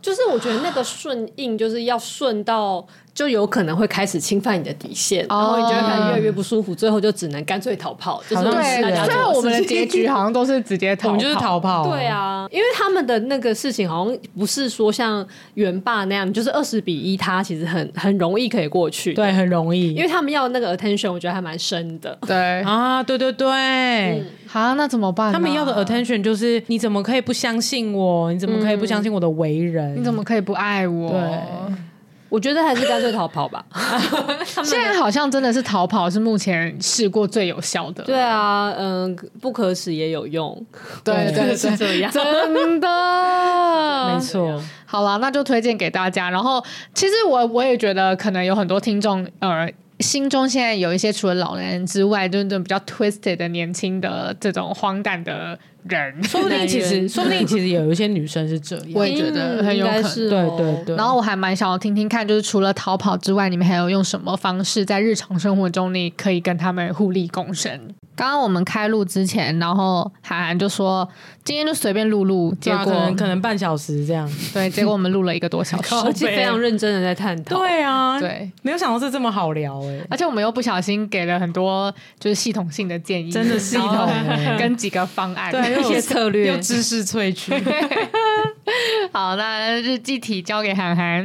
D: 就是我觉得那个顺应，就是要顺到就有可能会开始侵犯你的底
B: 哦
D: 线，然后你就会开始越来越不舒服，最后就只能干脆逃跑。这是
C: 好像
D: 大
C: 是
B: 对，
D: 家
B: 最后我们的
D: 做事
B: 结
D: 情
B: 局好像都是直接逃
C: 我
B: 跑，
C: 们就是逃跑，
D: 对，啊，因为他们的那个事情好像不是说像原霸那样，就是二十比一，他其实很很容易可以过去。
C: 对，，很容易，
D: 因为他们要那个 attention，我觉得还蛮深的。
B: 对，
C: 啊，对对对。
B: 啊，那怎么办啊？
C: 他们要的 attention 就是你怎么可以不相信我？你怎么可以不相信我的为人？
B: 嗯你怎么可以不爱我？
C: 对
D: 我觉得还是干脆逃跑 吧。
B: 现在好像真的是逃跑是目前试过最有效的。
D: 对啊，嗯，不可耻也有用。
B: 对 对
D: 是
B: 对，
D: 这样。
B: 真的
C: 没。错，
B: 好啦，那就推荐给大家。然后，其实我我也觉得，可能有很多听众呃。心中现在有一些除了老年人之外，就是这种比较 twisted 的年轻的这种荒诞的 人，
C: 说不定其实，说不定其实有一些女生是这
B: 我
C: 样。
B: 也觉得
D: 嗯
B: 很有可
D: 应该
B: 能。
D: 是
C: 对
D: 哦
C: 对对，
B: 然后我还蛮想要听听看，就是除了逃跑之外，你们还有用什么方式在日常生活中你可以跟他们互利共生？刚刚我们开录之前，然后韩寒就说今天就随便录录，
C: 对
B: 结
C: 啊
B: 果
C: 可能可能半小时这样。
B: 对，结果我们录了一个多小时，
D: 而且非常认真的在探讨。
C: 对啊，，
B: 对，
C: 没有想到是这么好聊 哎，
B: 而且我们又不小心给了很多就是系统性的建议，
C: 真的系统
B: 然后
C: 欸
B: 跟几个方案，
C: 对，又有
D: 一些策略
C: 又知识萃取。
B: 好，那日记体交给韩寒，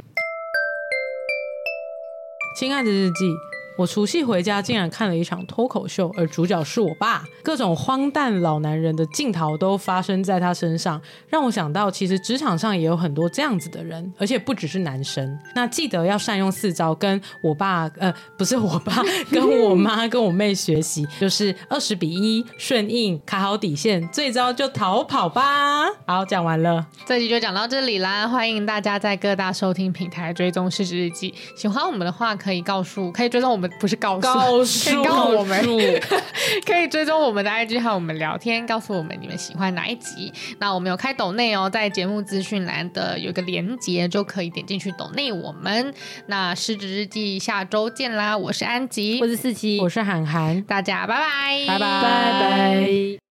C: 亲爱的日记，我除夕回家竟然看了一场脱口秀，而主角是我爸。各种荒诞老男人的镜头都发生在他身上，让我想到其实职场上也有很多这样子的人，而且不只是男生。那记得要善用四招，跟我爸呃不是我 爸，跟我妈跟我妹学习，就是二十比一顺应，卡好底线，最糟就逃跑吧。好，讲完了。
B: 这集就讲到这里啦，欢迎大家在各大收听平台追踪《失职日记》。喜欢我们的话，可以告诉，可以追踪我们，不是告诉，可以告诉我们， 可以追踪我们的 IG 和我们聊天，告诉我们你们喜欢哪一集。那我们有开抖内哦，在节目资讯栏的有一个连接，就可以点进去抖内我们。那《失职日记》下周见啦，我是安吉
D: 我，是四七
C: 我，是韩寒。
B: 大家拜拜，
C: 拜拜。